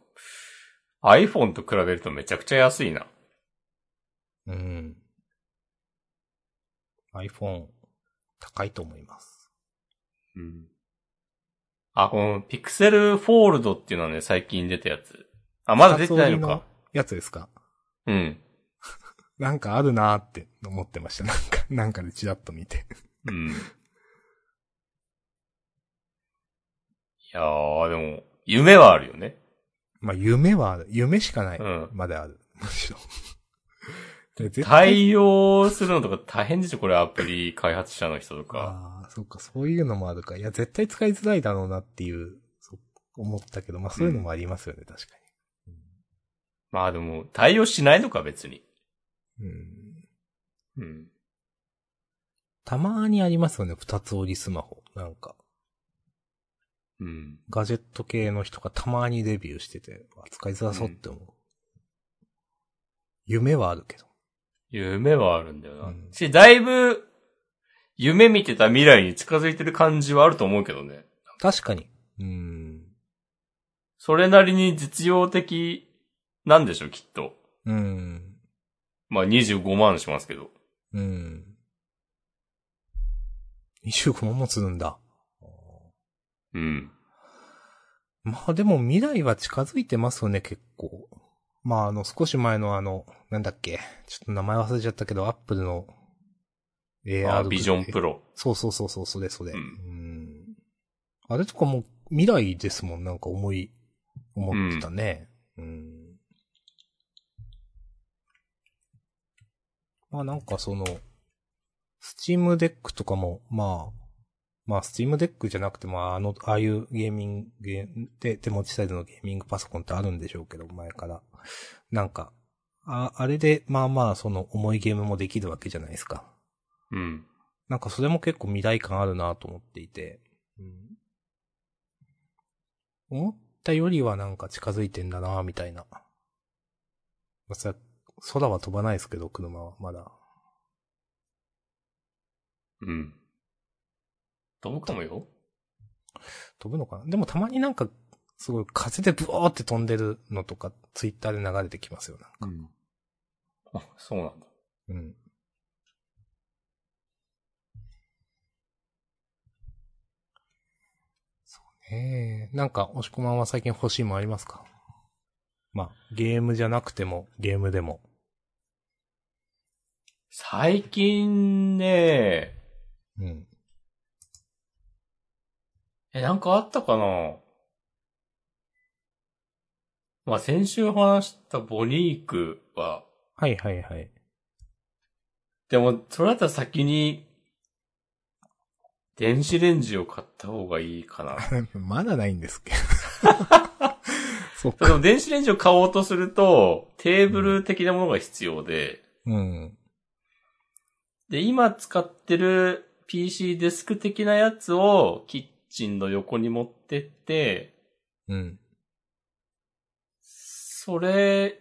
Speaker 2: iPhone と比べるとめちゃくちゃ安いな。
Speaker 1: うん。iPhone、高いと思います。
Speaker 2: うん。あ、このピクセルフォールドっていうのはね、最近出たやつ。あ、まだ出てないのか。
Speaker 1: やつですか
Speaker 2: うん。
Speaker 1: なんかあるなーって思ってました。なんか、なんかでチラッと見て。
Speaker 2: うん。いやー、でも、夢はあるよね。
Speaker 1: まあ、夢はある。夢しかない。
Speaker 2: うん
Speaker 1: まである。むしろ。で絶対
Speaker 2: 対応するのとか大変でしょこれアプリ開発者の人とか。
Speaker 1: ああ、そっか、そういうのもあるか。いや、絶対使いづらいだろうなっていう、そう思ったけど、まあそういうのもありますよね、確か
Speaker 2: まあでも、対応しないのか別に。
Speaker 1: に。うん。
Speaker 2: うん。
Speaker 1: たまーにありますよね、二つ折りスマホ。なんか、
Speaker 2: うん。
Speaker 1: ガジェット系の人がたまーにレビューしてて、あ使いづらそうって思う。夢はあるけど。
Speaker 2: 夢はあるんだよな。
Speaker 1: うん
Speaker 2: し、だいぶ、夢見てた未来に近づいてる感じはあると思うけどね。
Speaker 1: 確かに。うん。
Speaker 2: それなりに実用的なんでしょ、きっと。
Speaker 1: うん。
Speaker 2: まあ25万しますけど。
Speaker 1: うん。25万もするんだ。
Speaker 2: うん。
Speaker 1: まあでも未来は近づいてますよね、結構。まああの、少し前のあの、なんだっけ、ちょっと名前忘れちゃったけど、アップルの AR
Speaker 2: あビジョンプ
Speaker 1: ロ。
Speaker 2: ロ。
Speaker 1: そうそうそうそう、それそれ。
Speaker 2: うん
Speaker 1: んあれとかも未来ですもん、なんか思い、思ってたね。うん。まあなんかその、スチームデックとかも、まあ、まあスチームデックじゃなくても、あの、ああいうゲーミング、ゲーで、手持ちサイズのゲーミングパソコンってあるんでしょうけど、前から。なんか、あ、あれで、まあまあ、その、重いゲームもできるわけじゃないですか。
Speaker 2: うん。
Speaker 1: なんかそれも結構未来感あるなと思っていて、うん、思ったよりはなんか近づいてんだなみたいな。まあ、さ空は飛ばないですけど、車はまだ。
Speaker 2: うん。飛ぶかもよ。
Speaker 1: 飛ぶのかなでもたまになんか、すごい風でブワーって飛んでるのとか、ツイッターで流れてきますよ、なんか。
Speaker 2: うん。あ、そうなんだ。
Speaker 1: うん。そうね。なんか、押し込まんは最近欲しいもんありますかまあ、ゲームじゃなくても、ゲームでも。
Speaker 2: 最近ね、
Speaker 1: うん。
Speaker 2: え、なんかあったかなまあ、先週話したボニークは、
Speaker 1: はいはいはい。
Speaker 2: でも、それだったら先に、電子レンジを買った方がいいかな。
Speaker 1: まだないんです けど。そっ
Speaker 2: で
Speaker 1: か。
Speaker 2: も電子レンジを買おうとすると、テーブル的なものが必要で、
Speaker 1: うん。
Speaker 2: で、今使ってる PC デスク的なやつをキッチンの横に持ってって、
Speaker 1: うん。
Speaker 2: それ、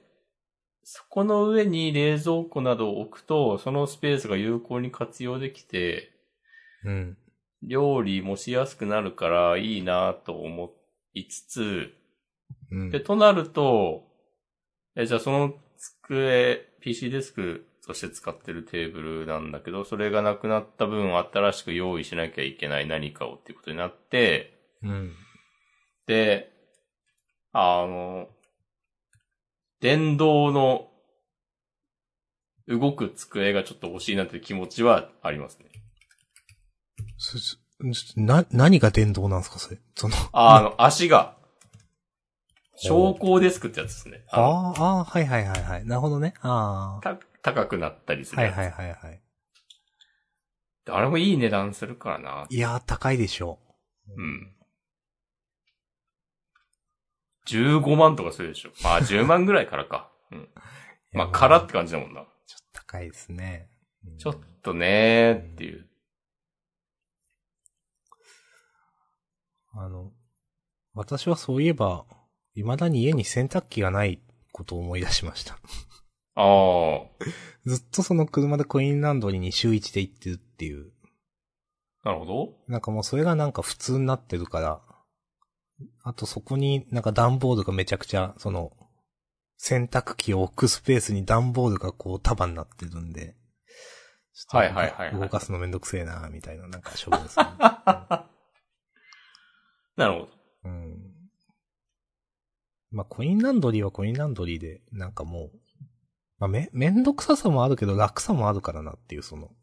Speaker 2: そこの上に冷蔵庫などを置くと、そのスペースが有効に活用できて、
Speaker 1: うん。
Speaker 2: 料理もしやすくなるからいいなと思いつつ、
Speaker 1: うん
Speaker 2: で、。となると、え、じゃあその机、PC デスクとして使ってるテーブルなんだけど、それがなくなった分新しく用意しなきゃいけない何かをっていうことになって、
Speaker 1: うん。
Speaker 2: で、あの、電動の動く机がちょっと欲しいなっていう気持ちはありますね。
Speaker 1: すすな、何が電動なんですか、それ。その、
Speaker 2: あ、あの、足が、昇降デスクってやつですね。
Speaker 1: あ
Speaker 2: あの
Speaker 1: あ、ああ、はいはいはいはい。なるほどね。あ
Speaker 2: た高くなったりす
Speaker 1: あ。
Speaker 2: る
Speaker 1: は
Speaker 2: や
Speaker 1: い
Speaker 2: つ。
Speaker 1: はいはいはい。
Speaker 2: あれもいい値段するからな。
Speaker 1: いやー、高いでしょう。
Speaker 2: うん。15万とかするでしょ。まあ10万ぐらいからか。うん。まあからって感じだもんな。
Speaker 1: ちょっと高いですね。うん
Speaker 2: ちょっとねーっていう。
Speaker 1: あの、私はそういえば、未だに家に洗濯機がないことを思い出しました。
Speaker 2: ああ。
Speaker 1: ずっとその車でコインランドリーに週1で行ってるっていう。
Speaker 2: なるほど。
Speaker 1: なんかもうそれがなんか普通になってるから。あとそこになんか段ボールがめちゃくちゃ、その、洗濯機を置くスペースに段ボールがこう束になってるんで。ちょっとなんか
Speaker 2: はいはいはいはい
Speaker 1: 動かすのめんどくせえな、みたいな、なんか処分でする。
Speaker 2: なるほど。
Speaker 1: うん。まあ、コインランドリーはコインランドリーで、なんかもう、まあ、め、めんどくささもあるけど楽さもあるからなっていう、その、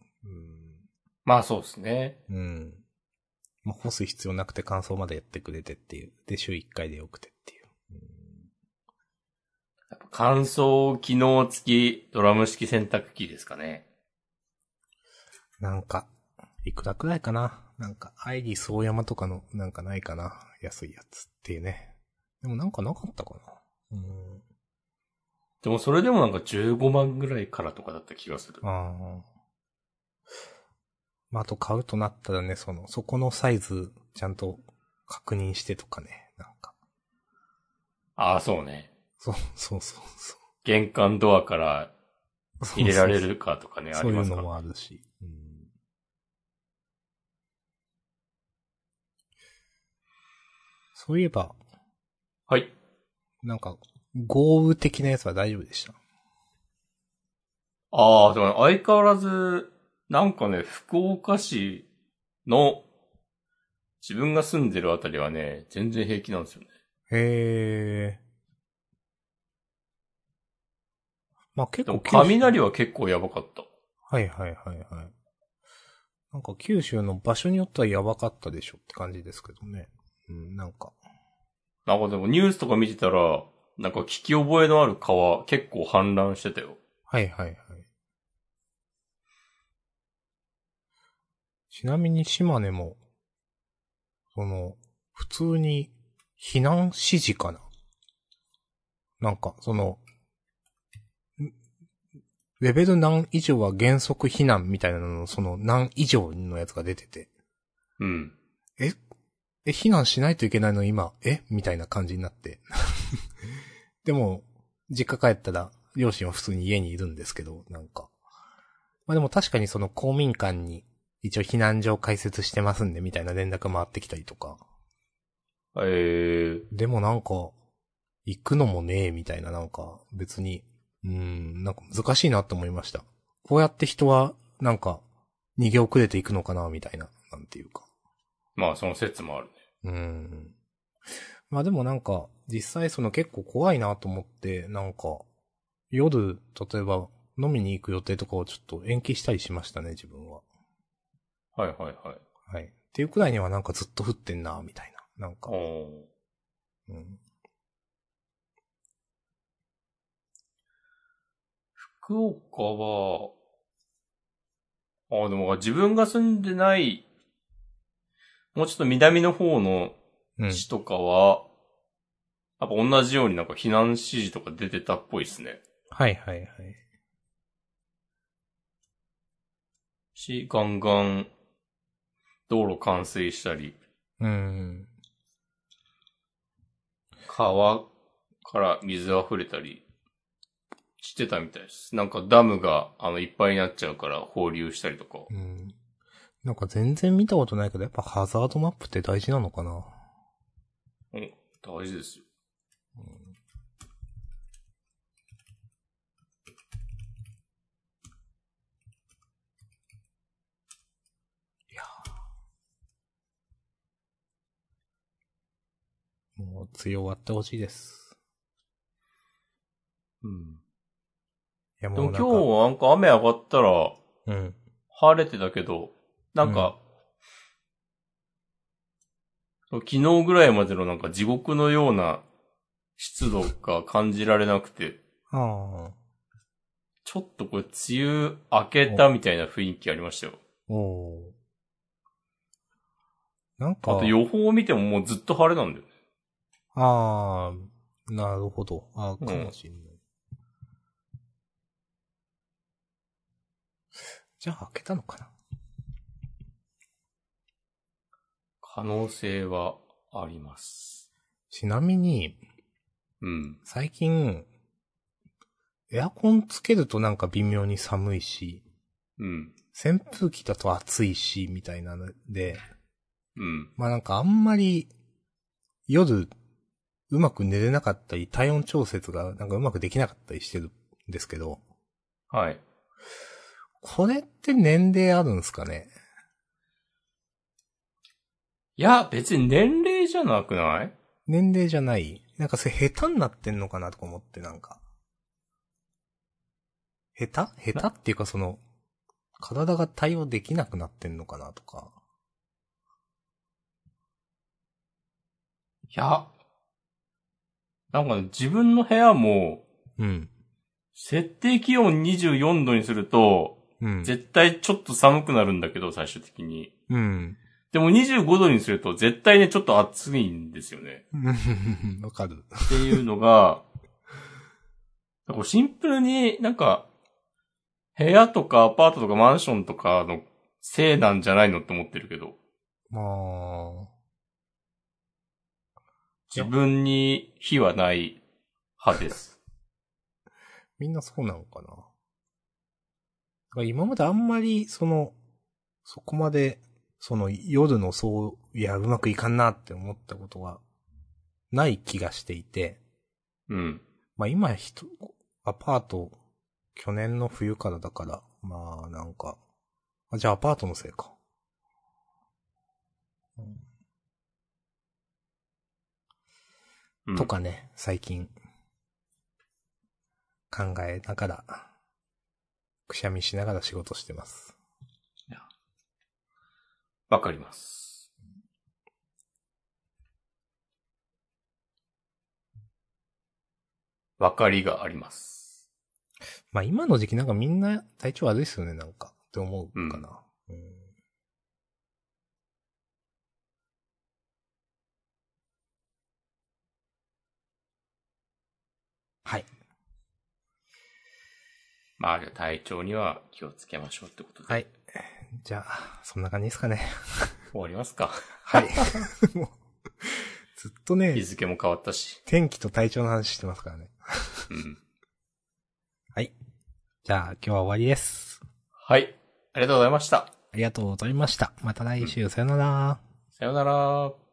Speaker 2: まあそうですね。
Speaker 1: うん。うん。まあ、干す必要なくて乾燥までやってくれてっていう。で、週1回でよくてっていう。
Speaker 2: やっぱ乾燥機能付きドラム式洗濯機ですかね。
Speaker 1: なんか、いくらくらいかななんか、アイリス大山とかの、なんかないかな安いやつっていうね。でもなんかなかったかなうん。
Speaker 2: でもそれでもなんか15万ぐらいからとかだった気がする。
Speaker 1: ああ。まあ、あと買うとなったらね、その、そこのサイズ、ちゃんと確認してとかね、なんか。
Speaker 2: ああ、そうね。
Speaker 1: そう、そうそうそう。
Speaker 2: 玄関ドアから入れられるかとかね、あ
Speaker 1: そ
Speaker 2: り
Speaker 1: うい
Speaker 2: ま
Speaker 1: う
Speaker 2: す
Speaker 1: の
Speaker 2: から。
Speaker 1: もあるし。うんそういえば、
Speaker 2: はい。
Speaker 1: なんか、豪雨的なやつは大丈夫でした。
Speaker 2: ああ、でも相変わらず、なんかね、福岡市の自分が住んでるあたりはね、全然平気なんですよね。
Speaker 1: へえ。まあ結
Speaker 2: で
Speaker 1: 構
Speaker 2: も
Speaker 1: 九州
Speaker 2: 雷は結構やばかった。
Speaker 1: はいはいはいはい。なんか九州の場所によってはやばかったでしょって感じですけどね。うん、なんか。
Speaker 2: なんかでもニュースとか見てたら、なんか聞き覚えのある川結構氾濫してたよ。
Speaker 1: はいはいはい。ちなみに島根も、その、普通に避難指示かな。なんか、その、んレベル何以上は原則避難みたいなのの、その何以上のやつが出てて。
Speaker 2: うん。
Speaker 1: え、避難しないといけないの今、えみたいな感じになって。 でも、実家帰ったら、両親は普通に家にいるんですけど、なんか。まあでも確かにその公民館に、一応避難所を開設してますんで、みたいな連絡回ってきたりとか。
Speaker 2: え
Speaker 1: でもなんか、行くのもねえ、みたいな、なんか、別に、うーん、なんか難しいなって思いました。こうやって人は、なんか、逃げ遅れていくのかな、みたいな、なんていうか。
Speaker 2: ー、まあその説もあるね。
Speaker 1: うん。まあでもなんか、実際その結構怖いなと思って、なんか、夜、例えば飲みに行く予定とかをちょっと延期したりしましたね、自分は。
Speaker 2: はいはいはい。
Speaker 1: はい。っていうくらいにはなんかずっと降ってんな、みたいな。なんか、
Speaker 2: おー
Speaker 1: うん。
Speaker 2: 福岡は、ああ、でも自分が住んでない、もうちょっと南の方の
Speaker 1: うん。
Speaker 2: 市とかは、やっぱ同じようになんか避難指示とか出てたっぽいですね。
Speaker 1: はいはいはい。
Speaker 2: し、ガンガン、道路冠水したり、
Speaker 1: うん。
Speaker 2: 川から水溢れたりしてたみたいです。なんかダムが、あの、いっぱいになっちゃうから放流したりとか。
Speaker 1: うん。なんか全然見たことないけど、やっぱハザードマップって大事なのかな。
Speaker 2: 大事ですよ。
Speaker 1: もう、梅雨終わってほしいです。
Speaker 2: うん。
Speaker 1: いや
Speaker 2: でも
Speaker 1: もう
Speaker 2: 今日はなんか雨上がったら、
Speaker 1: 今日は、うん。
Speaker 2: 晴れてたけど、なんか、昨日ぐらいまでのなんか地獄のような湿度が感じられなくて、
Speaker 1: ああ。
Speaker 2: ちょっとこれ梅雨明けたみたいな雰囲気ありましたよ。
Speaker 1: おおー。なん
Speaker 2: あ
Speaker 1: か、
Speaker 2: と予報を見てももうずっと晴れなんだよね。
Speaker 1: ああ、なるほど。ああ、
Speaker 2: ん
Speaker 1: かもしんない。じゃあ、開けたのかな
Speaker 2: 可能性はあります。
Speaker 1: ちなみに、
Speaker 2: うん。
Speaker 1: 最近、エアコンつけるとなんか微妙に寒いし、
Speaker 2: うん。
Speaker 1: 扇風機だと暑いし、みたいなので、
Speaker 2: うん。
Speaker 1: まあなんかあんまり、夜、うまく寝れなかったり、体温調節がなんかうまくできなかったりしてるんですけど、
Speaker 2: はい。
Speaker 1: これって年齢あるんですかね
Speaker 2: いや、別に年齢じゃなくない
Speaker 1: 年齢じゃないなんかそれ下手になってんのかなとか思ってなんか。下手下手っていうかその、体が対応できなくなってんのかなとか。
Speaker 2: いや。なんかね、自分の部屋も、
Speaker 1: うん。
Speaker 2: 設定気温24度にすると、
Speaker 1: うん。
Speaker 2: 絶対ちょっと寒くなるんだけど、最終的に。
Speaker 1: うん。
Speaker 2: でも25度にすると、絶対ね、ちょっと暑いんですよね。
Speaker 1: うんわかる。
Speaker 2: っていうのが、なんかシンプルになんか、部屋とかアパートとかマンションとかのせいなんじゃないのって思ってるけど、
Speaker 1: まあ、
Speaker 2: 自分に火はない派です。
Speaker 1: みんなそうなのかな。だから今まであんまり、その、そこまで、その夜のそう、いや、うまくいかんなって思ったことは、ない気がしていて、
Speaker 2: うん。
Speaker 1: まあ今人、アパート、去年の冬からだから、まあなんか、あ、じゃあアパートのせいか。
Speaker 2: うん
Speaker 1: と。かね、最近、考えながら、くしゃみしながら仕事してます。
Speaker 2: わかります。わかりがあります。
Speaker 1: まあ今の時期なんかみんな体調悪いっすよね、なんか、って思うかな。うんはい。
Speaker 2: まあ、じゃあ体調には気をつけましょうってことで。
Speaker 1: はい。じゃあ、そんな感じです かね。
Speaker 2: 終わりますか。
Speaker 1: はい。もう、ずっと
Speaker 2: 日
Speaker 1: ね、
Speaker 2: 付も変わったし。
Speaker 1: 天気と体調の話してますからね。
Speaker 2: うん。
Speaker 1: はい。じゃあ、今日は終わりです。
Speaker 2: はい。ありがとうございました。
Speaker 1: ありがとうございました。また来週、さよなら。
Speaker 2: さようなら。